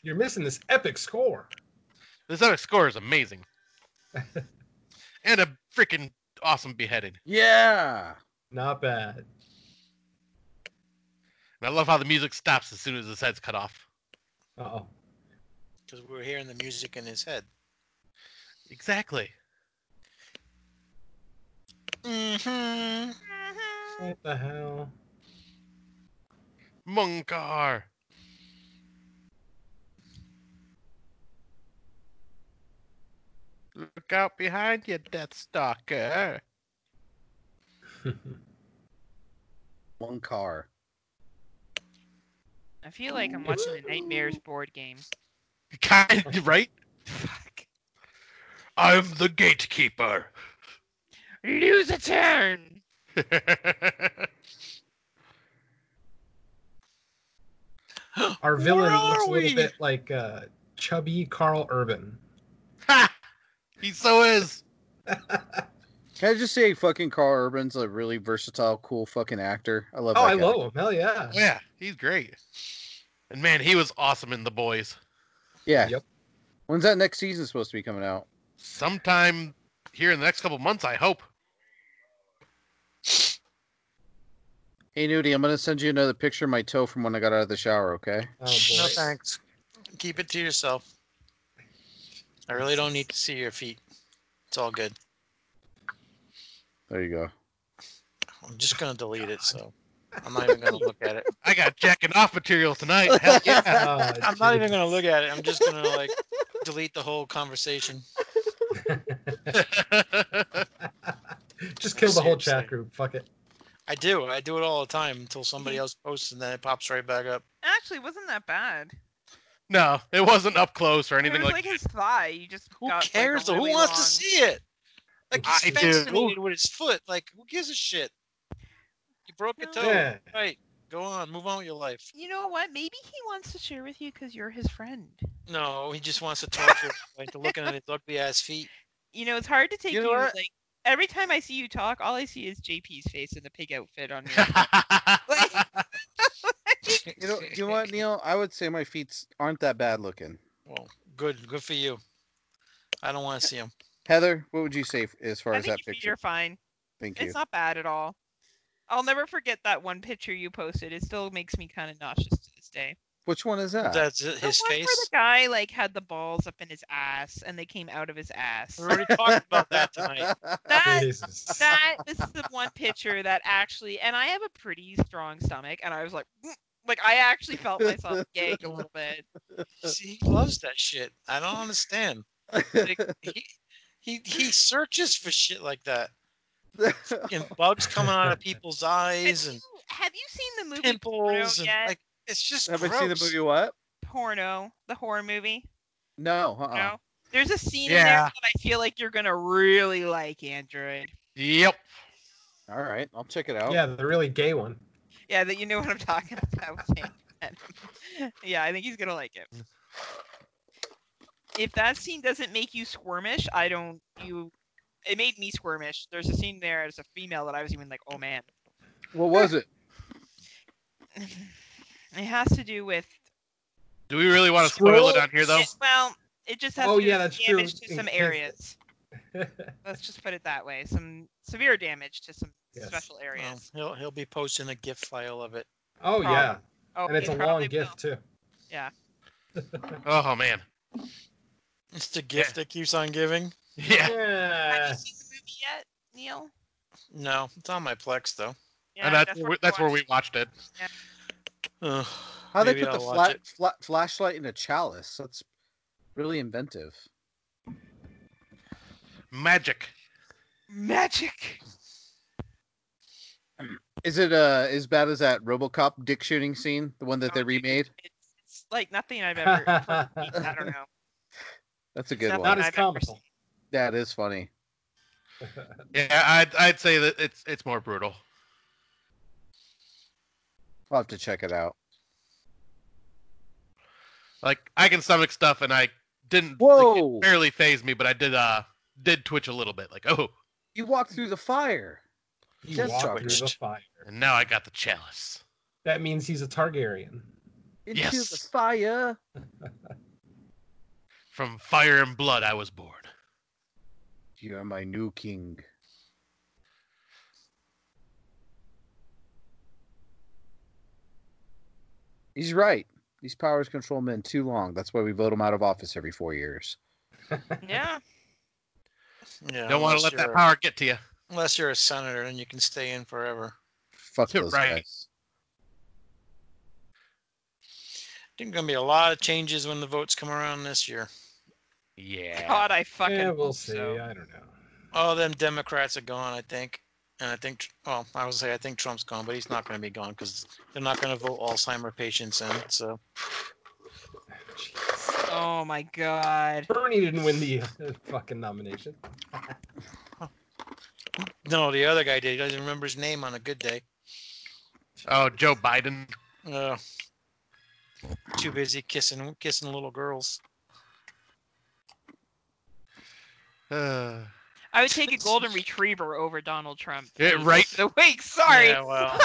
Speaker 5: You're missing this epic score.
Speaker 1: This other score is amazing, and a freaking awesome beheading.
Speaker 4: Yeah.
Speaker 5: Not bad.
Speaker 1: And I love how the music stops as soon as his head's cut off.
Speaker 5: Uh oh.
Speaker 2: Because we were hearing the music in his head.
Speaker 1: Exactly.
Speaker 2: Mm-hmm.
Speaker 5: What the hell? (laughs)
Speaker 1: Munkar. Look out behind you, Deathstalker.
Speaker 4: One car.
Speaker 3: I feel like I'm watching a Nightmares board game.
Speaker 1: Kind, (laughs) right?
Speaker 3: Fuck.
Speaker 1: I'm the gatekeeper. (laughs)
Speaker 3: Lose a turn!
Speaker 5: Our villain
Speaker 2: Where
Speaker 5: looks
Speaker 2: are
Speaker 5: a little
Speaker 2: we?
Speaker 5: bit like uh, chubby Carl Urban.
Speaker 1: ha! He so is.
Speaker 4: Can I just say, fucking Carl Urban's a really versatile, cool fucking actor. I love.
Speaker 5: Oh,
Speaker 4: that
Speaker 5: I
Speaker 4: guy.
Speaker 5: love him. Hell yeah.
Speaker 1: Oh, Yeah, he's great. And man, he was awesome in The Boys.
Speaker 4: Yeah.
Speaker 5: Yep.
Speaker 4: When's that next season supposed to be coming out?
Speaker 1: Sometime here in the next couple months, I hope.
Speaker 4: Hey, Nudie, I'm gonna send you another picture of my toe from when I got out of the shower. Okay.
Speaker 5: Oh,
Speaker 2: No
Speaker 5: boy.
Speaker 2: thanks. Keep it to yourself. I really don't need to see your feet. It's all good.
Speaker 4: There you go.
Speaker 2: I'm just gonna delete it, so I'm not even gonna look
Speaker 5: (laughs)
Speaker 2: at it.
Speaker 1: I got jacking off material tonight. Hell yeah.
Speaker 5: Uh,
Speaker 2: (laughs) I'm not even gonna look at it. I'm just gonna like delete the whole conversation.
Speaker 1: (laughs)
Speaker 5: Just kill the whole chat
Speaker 2: Seriously.
Speaker 5: group. Fuck it.
Speaker 2: I do. I do it all the time until somebody else posts and then it pops right back up.
Speaker 3: Actually, wasn't that bad.
Speaker 1: no, it wasn't up close or
Speaker 3: it
Speaker 1: anything
Speaker 3: was
Speaker 1: like,
Speaker 3: like, his thigh. You just
Speaker 2: Who
Speaker 3: got, like, a
Speaker 2: cares? though?
Speaker 3: really
Speaker 2: who wants to
Speaker 3: long-
Speaker 2: see it? Like
Speaker 1: I
Speaker 2: he's
Speaker 1: do.
Speaker 2: fascinated with his foot. Like who gives a shit? You broke a
Speaker 3: No.
Speaker 2: toe.
Speaker 5: Yeah.
Speaker 2: Right. Go on, move on with your life.
Speaker 3: You know what? Maybe he wants to share with you because you're his friend.
Speaker 2: No, he just wants to torture like to looking at his ugly ass feet.
Speaker 3: You know, it's hard to take you,
Speaker 2: You know what?
Speaker 3: like every time I see you talk, all I see is JP's face and the pig outfit (laughs) on your
Speaker 1: I
Speaker 4: (laughs) You know, you
Speaker 2: (laughs)
Speaker 4: know what, Neil? I would say my feet aren't that bad looking.
Speaker 2: Well, good, good for you. I don't want to see him.
Speaker 4: Heather, what would you say f- as far
Speaker 3: I
Speaker 4: as
Speaker 3: think
Speaker 4: that
Speaker 3: your feet
Speaker 4: picture?
Speaker 3: are fine.
Speaker 4: Thank you.
Speaker 3: It's not bad at all. I'll never forget that one picture you posted. It still makes me kind of nauseous to this day.
Speaker 4: Which one is that?
Speaker 2: That's it, his
Speaker 3: the one where the (laughs)
Speaker 2: face.
Speaker 3: guy like had the balls up in his ass and they came out of his ass.
Speaker 2: We already talked about that tonight.
Speaker 3: That
Speaker 5: Jesus.
Speaker 3: that is the one picture that actually and i have a pretty strong stomach and i was like "Mm," like i actually felt myself yank a little bit
Speaker 2: See, he loves that shit. I don't understand.
Speaker 4: (laughs)
Speaker 2: Like, he, he he searches for shit like
Speaker 4: (laughs)
Speaker 2: that. And bugs coming out of people's
Speaker 3: have
Speaker 2: eyes
Speaker 3: you,
Speaker 2: and
Speaker 3: have you seen the movie
Speaker 2: pimples and
Speaker 3: yet?
Speaker 2: like it's just
Speaker 4: Have
Speaker 2: gross.
Speaker 4: I seen the movie? What?
Speaker 3: porno the horror movie
Speaker 4: No. Uh-uh.
Speaker 3: no there's a scene in there
Speaker 1: Yeah.
Speaker 3: that i feel like you're gonna really like android
Speaker 1: (laughs) yep.
Speaker 4: All right, I'll check it out.
Speaker 5: Yeah, the really gay one. (laughs)
Speaker 3: yeah that you know what i'm talking (laughs) about with Android. yeah i think he's gonna like it if that scene doesn't make you squirmish i don't you it made me squirmish there's a scene there as a female that i was even like oh man
Speaker 4: What was it?
Speaker 3: it has to do with
Speaker 1: Do we really want to spoil it
Speaker 5: Scroll.
Speaker 1: on here though?
Speaker 3: it- well, it just has
Speaker 5: Oh,
Speaker 3: to do
Speaker 5: yeah,
Speaker 3: with
Speaker 5: that's true.
Speaker 3: damage to
Speaker 5: In
Speaker 3: some
Speaker 5: case-
Speaker 3: areas.
Speaker 5: Oh,
Speaker 3: Let's just put it that way. Some severe damage to some
Speaker 5: Yes.
Speaker 3: special
Speaker 2: Well,
Speaker 3: areas.
Speaker 2: he'll he'll be posting a GIF file of it. (laughs)
Speaker 5: oh yeah,
Speaker 3: Oh,
Speaker 5: and it's
Speaker 3: it
Speaker 5: a
Speaker 3: probably
Speaker 5: long gift too.
Speaker 1: Oh man. (laughs)
Speaker 2: It's the gift that keeps on giving.
Speaker 1: Yeah.
Speaker 3: will. Have
Speaker 5: Yeah.
Speaker 3: you seen the movie yet, Neil?
Speaker 2: No, it's on my Plex though.
Speaker 3: Yeah,
Speaker 1: and that's,
Speaker 3: where
Speaker 1: where,
Speaker 3: we
Speaker 1: that's where we
Speaker 3: watched
Speaker 1: watched it.
Speaker 2: Ugh,
Speaker 4: How they
Speaker 2: maybe
Speaker 4: put the
Speaker 2: I'll watch
Speaker 4: flat,
Speaker 2: it.
Speaker 4: flat flashlight in a chalice? That's really inventive.
Speaker 1: Magic.
Speaker 3: Magic.
Speaker 4: Is it uh as bad as that RoboCop dick shooting scene, the one that they
Speaker 3: Oh, dude.
Speaker 4: remade?
Speaker 3: It's, it's like nothing I've
Speaker 5: (laughs)
Speaker 3: ever. I don't know.
Speaker 4: That's a good
Speaker 3: Nothing
Speaker 5: Not
Speaker 4: one.
Speaker 5: as
Speaker 3: I've ever
Speaker 5: comical.
Speaker 4: That is funny.
Speaker 1: Yeah, I'd I'd say that it's it's more brutal.
Speaker 4: I'll have to check it out.
Speaker 1: Like I can stomach stuff, and I didn't. Like,
Speaker 4: Whoa!
Speaker 1: it barely phase me, but I did uh did twitch a little bit. Like oh,
Speaker 4: You walked through the fire.
Speaker 5: He
Speaker 4: Just
Speaker 5: walked through the
Speaker 4: switched.
Speaker 5: fire.
Speaker 1: and now I got the chalice.
Speaker 5: That means he's a Targaryen.
Speaker 4: Into the
Speaker 1: Yes.
Speaker 4: fire.
Speaker 1: From fire and blood, I was born.
Speaker 4: You're my new king. He's right. These powers control men too long. That's why we vote them out of office every four years. (laughs)
Speaker 3: Yeah.
Speaker 2: Yeah,
Speaker 1: Don't want to
Speaker 2: unless
Speaker 1: let that
Speaker 2: you're a-
Speaker 1: power get to you.
Speaker 2: Unless you're a senator, then you can stay in forever.
Speaker 4: Fuck
Speaker 1: You're (laughs)
Speaker 4: those
Speaker 1: right.
Speaker 4: guys.
Speaker 2: There's gonna be a lot of changes when the votes come around this year.
Speaker 1: Yeah.
Speaker 3: God, I fucking.
Speaker 5: Yeah, we'll
Speaker 3: hope
Speaker 5: see.
Speaker 3: so.
Speaker 5: I don't know.
Speaker 2: All them Democrats are gone, I think, and I think. Well, I would say I think Trump's gone, but he's not gonna be gone because they're not gonna vote Alzheimer patients in. So
Speaker 3: Oh my god.
Speaker 5: Bernie didn't win the uh, (laughs) fucking nomination.
Speaker 2: no, the other guy did. He doesn't remember his name on a good day.
Speaker 1: Oh, Joe Biden. (sighs)
Speaker 2: Uh, too busy kissing kissing little girls.
Speaker 1: Uh,
Speaker 3: I would take a golden retriever over Donald Trump.
Speaker 1: Yeah,
Speaker 3: He's (laughs)
Speaker 1: right.
Speaker 3: just Awake. Sorry.
Speaker 2: Yeah, well,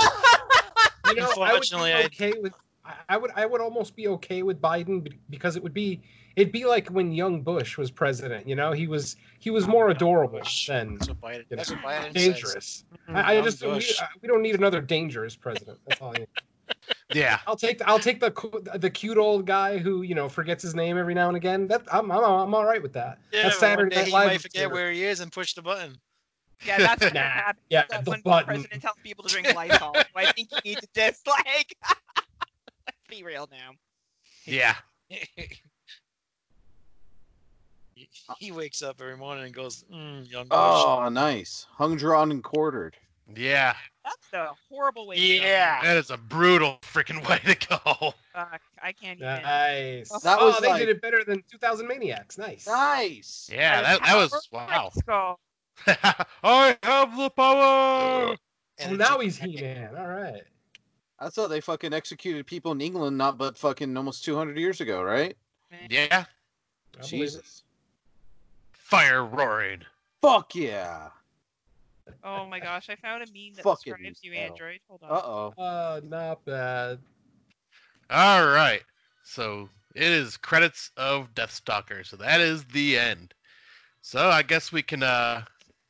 Speaker 5: You know, I would be
Speaker 2: Unfortunately, I-
Speaker 5: okay with. I- I would. I would almost be okay with Biden be- because it would be. It'd be like when young Bush was president. You know, he was he was more adorable
Speaker 2: Bush.
Speaker 5: than
Speaker 2: that's what Biden. That's what Biden says. Mm-hmm.
Speaker 5: dangerous. I, I
Speaker 2: Young
Speaker 5: just we,
Speaker 2: Bush.
Speaker 5: I- we don't need another dangerous president. That's all. I need.
Speaker 3: (laughs)
Speaker 1: yeah.
Speaker 5: I'll take I'll take the cu- the cute old guy who you know forgets his name every now and again. That I'm I'm, I'm all right with that.
Speaker 2: Yeah,
Speaker 5: That's
Speaker 2: but one
Speaker 5: Saturday
Speaker 2: day
Speaker 5: Night
Speaker 2: he
Speaker 5: Live
Speaker 2: might forget
Speaker 5: material.
Speaker 2: where he is and push the button. (laughs)
Speaker 3: Yeah, that's what
Speaker 5: Nah.
Speaker 3: happens.
Speaker 5: Yeah,
Speaker 3: That
Speaker 5: the
Speaker 3: when the
Speaker 5: button.
Speaker 3: president tells people to drink
Speaker 5: (laughs)
Speaker 3: Lysol. so I think you need to just like let's (laughs) be real now.
Speaker 1: Yeah.
Speaker 2: He- he wakes up every morning and goes, mm, "Young Bush."
Speaker 4: Oh, nice. Hung, drawn, and quartered.
Speaker 1: Yeah.
Speaker 3: That's a horrible way. To go.
Speaker 2: yeah.
Speaker 1: That is a brutal freaking way to go.
Speaker 3: Fuck, I can't even.
Speaker 5: Nice.
Speaker 3: That
Speaker 5: oh,
Speaker 4: was
Speaker 5: they
Speaker 4: like-
Speaker 5: did it better than 2000 Maniacs. Nice.
Speaker 4: Nice.
Speaker 1: Yeah, that, that was wow.
Speaker 3: Skull.
Speaker 1: (laughs) I have the power.
Speaker 5: Well,
Speaker 2: Energy
Speaker 5: now he's
Speaker 2: drink.
Speaker 5: He-Man. All right.
Speaker 4: That's how they fucking executed people in England, not but fucking almost 200 years ago, right?
Speaker 1: Yeah.
Speaker 5: I believe it.
Speaker 4: Jesus.
Speaker 1: Fire roaring.
Speaker 4: Fuck yeah.
Speaker 3: Oh my gosh, I found a meme that
Speaker 4: Fucking
Speaker 3: describes you,
Speaker 4: hell.
Speaker 3: Android. Hold on.
Speaker 4: Uh oh.
Speaker 5: Uh, not bad.
Speaker 1: All right. So it is credits of Deathstalker. So that is the end. So I guess we can uh,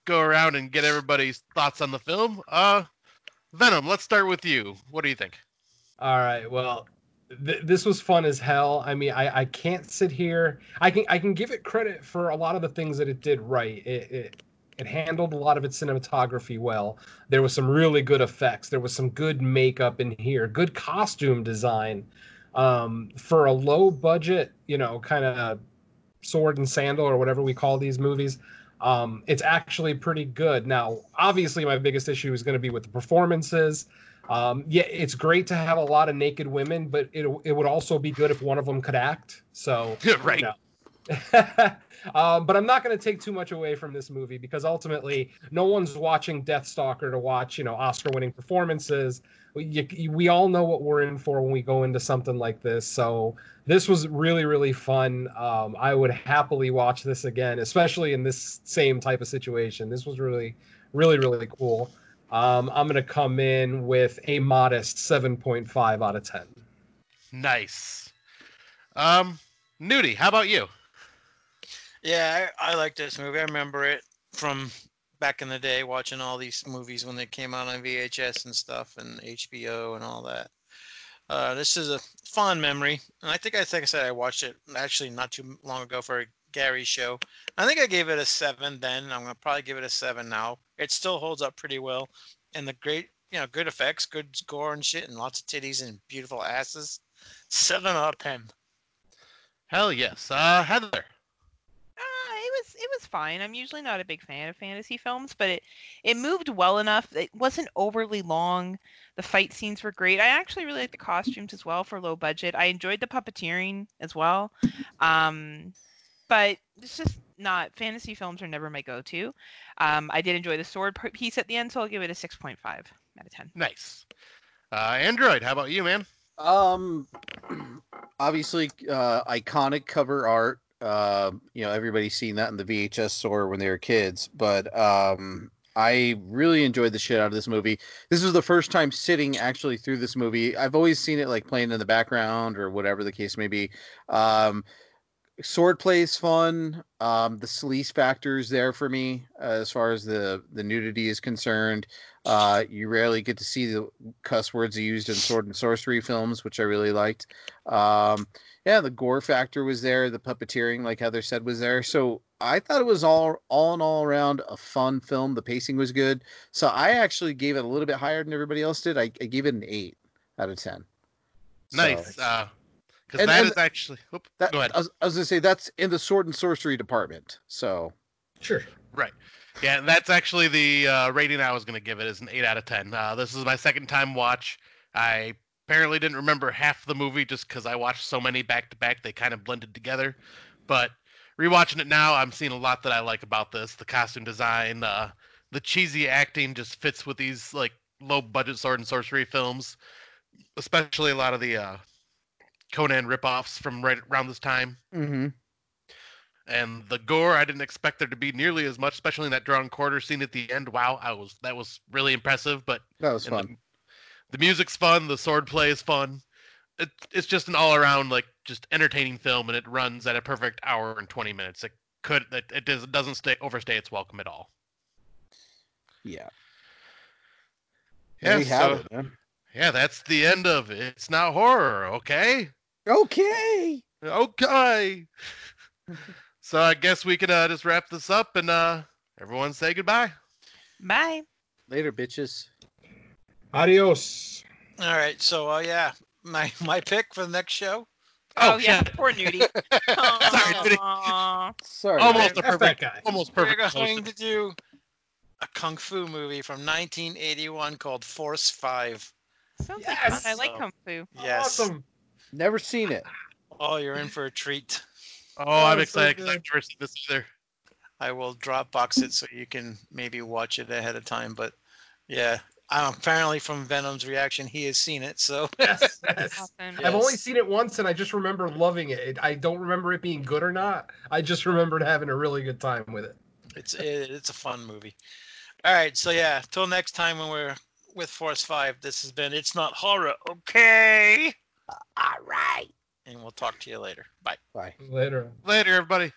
Speaker 1: go around and get everybody's thoughts on the film. Uh, Venom, let's start with you. What do you think? (laughs)
Speaker 5: All right. Well, th- this was fun as hell. I mean, I, I can't sit here. I can I can give it credit for a lot of the things that it did right. It, it it handled a lot of its cinematography well. There was some really good effects. There was some good makeup in here. Good costume design. Um, for a low budget, you know, kind of sword and sandal or whatever we call these movies. Um, it's actually pretty good. Now, obviously, my biggest issue is going to be with the performances. Um, yeah, it's great to have a lot of naked women, but it it would also be good if one of them could act. So,
Speaker 1: right.
Speaker 5: No. (laughs) um, but I'm not going to take too much away from this movie because ultimately, no one's watching Deathstalker to watch you know Oscar-winning performances. We- You, you- we all know what we're in for when we go into something like this. So this was really really fun. Um, I would happily watch this again, especially in this same type of situation. This was really really really cool. Um, I'm going to come in with a modest 7.5 out of 10.
Speaker 1: Nice. Um, Nudie, how about you?
Speaker 2: Yeah, I, I like this movie. I remember it from back in the day, watching all these movies when they came out on VHS and stuff, and HBO and all that. Uh, this is a fond memory, and I think I think I said I watched it actually not too long ago for Gary's show. I think I gave it a seven then. and I'm gonna probably give it a seven now. It still holds up pretty well, and the great, you know, good effects, good gore and shit, and lots of titties and beautiful asses. Seven out of ten.
Speaker 1: Hell yes. Uh, Heather.
Speaker 3: Uh, it was it was fine. I'm usually not a big fan of fantasy films, but it it moved well enough. It wasn't overly long. The fight scenes were great. I actually really like the costumes as well for low budget. I enjoyed the puppeteering as well. Um, but it's just not fantasy films are never my go-to. Um, I did enjoy the sword p- piece at the end, so I'll give it a 6.5 out of 10.
Speaker 1: Nice. Uh, Android, how about you, man?
Speaker 4: Um, (clears throat) obviously, uh, iconic cover art. Uh, you know, everybody's seen that in the VHS store when they were kids. But um, I really enjoyed the shit out of this movie. This was the first time sitting actually through this movie. I've always seen it like playing in the background or whatever the case may be. Um, sword play is fun. Um, the sleaze factor is there for me uh, as far as the the nudity is concerned. Uh, you rarely get to see the cuss words used in sword and sorcery films, which I really liked. Um, yeah, the gore factor was there. The puppeteering, like Heather said, was there. So I thought it was all all in all around a fun film. The pacing was good. So I actually gave it a little bit higher than everybody else did. I, I gave it an eight out of ten. So-
Speaker 1: Nice. Uh, because
Speaker 4: And-
Speaker 1: that
Speaker 4: and-
Speaker 1: is actually. Oop,
Speaker 4: that,
Speaker 1: go ahead.
Speaker 4: I was, I was gonna say that's in the sword and sorcery department. So
Speaker 5: Sure.
Speaker 1: Right. Yeah, that's actually the uh, rating I was going to give it is an 8 out of 10. Uh, this is my second time watch. I apparently didn't remember half the movie just because I watched so many back to back, they kind of blended together. But rewatching it now, I'm seeing a lot that I like about this. The costume design, uh, the cheesy acting just fits with these like low budget sword and sorcery films, especially a lot of the uh, Conan ripoffs from right around this time.
Speaker 4: Mm-hmm.
Speaker 1: And the gore, I didn't expect there to be nearly as much, especially in that drawn quarter scene at the end. Wow, I was that was really impressive. But
Speaker 4: that was
Speaker 1: and
Speaker 4: fun.
Speaker 1: The, the music's fun, the sword play is fun. It, it's just an all around like just entertaining film, and it runs at a perfect hour and twenty minutes. It could it, it does, doesn't stay overstay its welcome at all.
Speaker 4: yeah.
Speaker 1: Yeah,
Speaker 4: There you have
Speaker 1: so-
Speaker 4: it, man.
Speaker 1: Yeah, that's the end of it. It's not horror, okay?
Speaker 4: Okay.
Speaker 1: Okay. so I guess we can uh, just wrap this up and uh, everyone say goodbye.
Speaker 3: Bye.
Speaker 4: Later, bitches.
Speaker 5: Adios.
Speaker 2: All right, so uh, yeah, my (laughs) my pick for the next show.
Speaker 1: Oh,
Speaker 3: yeah,
Speaker 1: shit.
Speaker 3: poor Nudie.
Speaker 1: (laughs) Sorry, Nudie.
Speaker 3: Aw.
Speaker 4: Sorry.
Speaker 1: Almost a
Speaker 5: F
Speaker 1: perfect
Speaker 5: that guy.
Speaker 1: almost
Speaker 2: We're
Speaker 1: perfect.
Speaker 2: going
Speaker 1: close.
Speaker 2: to do a kung fu movie from 1981 called Force Five.
Speaker 3: Sounds like
Speaker 5: Yes.
Speaker 3: fun. I like Kung Fu.
Speaker 2: Yes.
Speaker 5: Awesome.
Speaker 4: Never seen it.
Speaker 2: Oh, you're in for a treat.
Speaker 1: Oh, I'm
Speaker 5: Oh, so
Speaker 1: excited 'cause
Speaker 5: good.
Speaker 1: I've never seen this either.
Speaker 2: I will Dropbox it so you can maybe watch it ahead of time. But yeah, I'm apparently from Venom's reaction, he has seen it. So
Speaker 5: (laughs) (laughs) Yes, yes.
Speaker 3: Awesome.
Speaker 2: Yeah.
Speaker 5: I've only
Speaker 2: Yes.
Speaker 5: seen it once, and I just remember loving it. it. I don't remember it being good or not. I just remembered having a really good time with it.
Speaker 2: it's it, it's a fun movie. All right, so yeah, till next time when we're with Force Five. This has been it's not horror, okay? All right, and we'll talk to you later. Bye.
Speaker 4: Bye.
Speaker 5: Later.
Speaker 1: Later, everybody.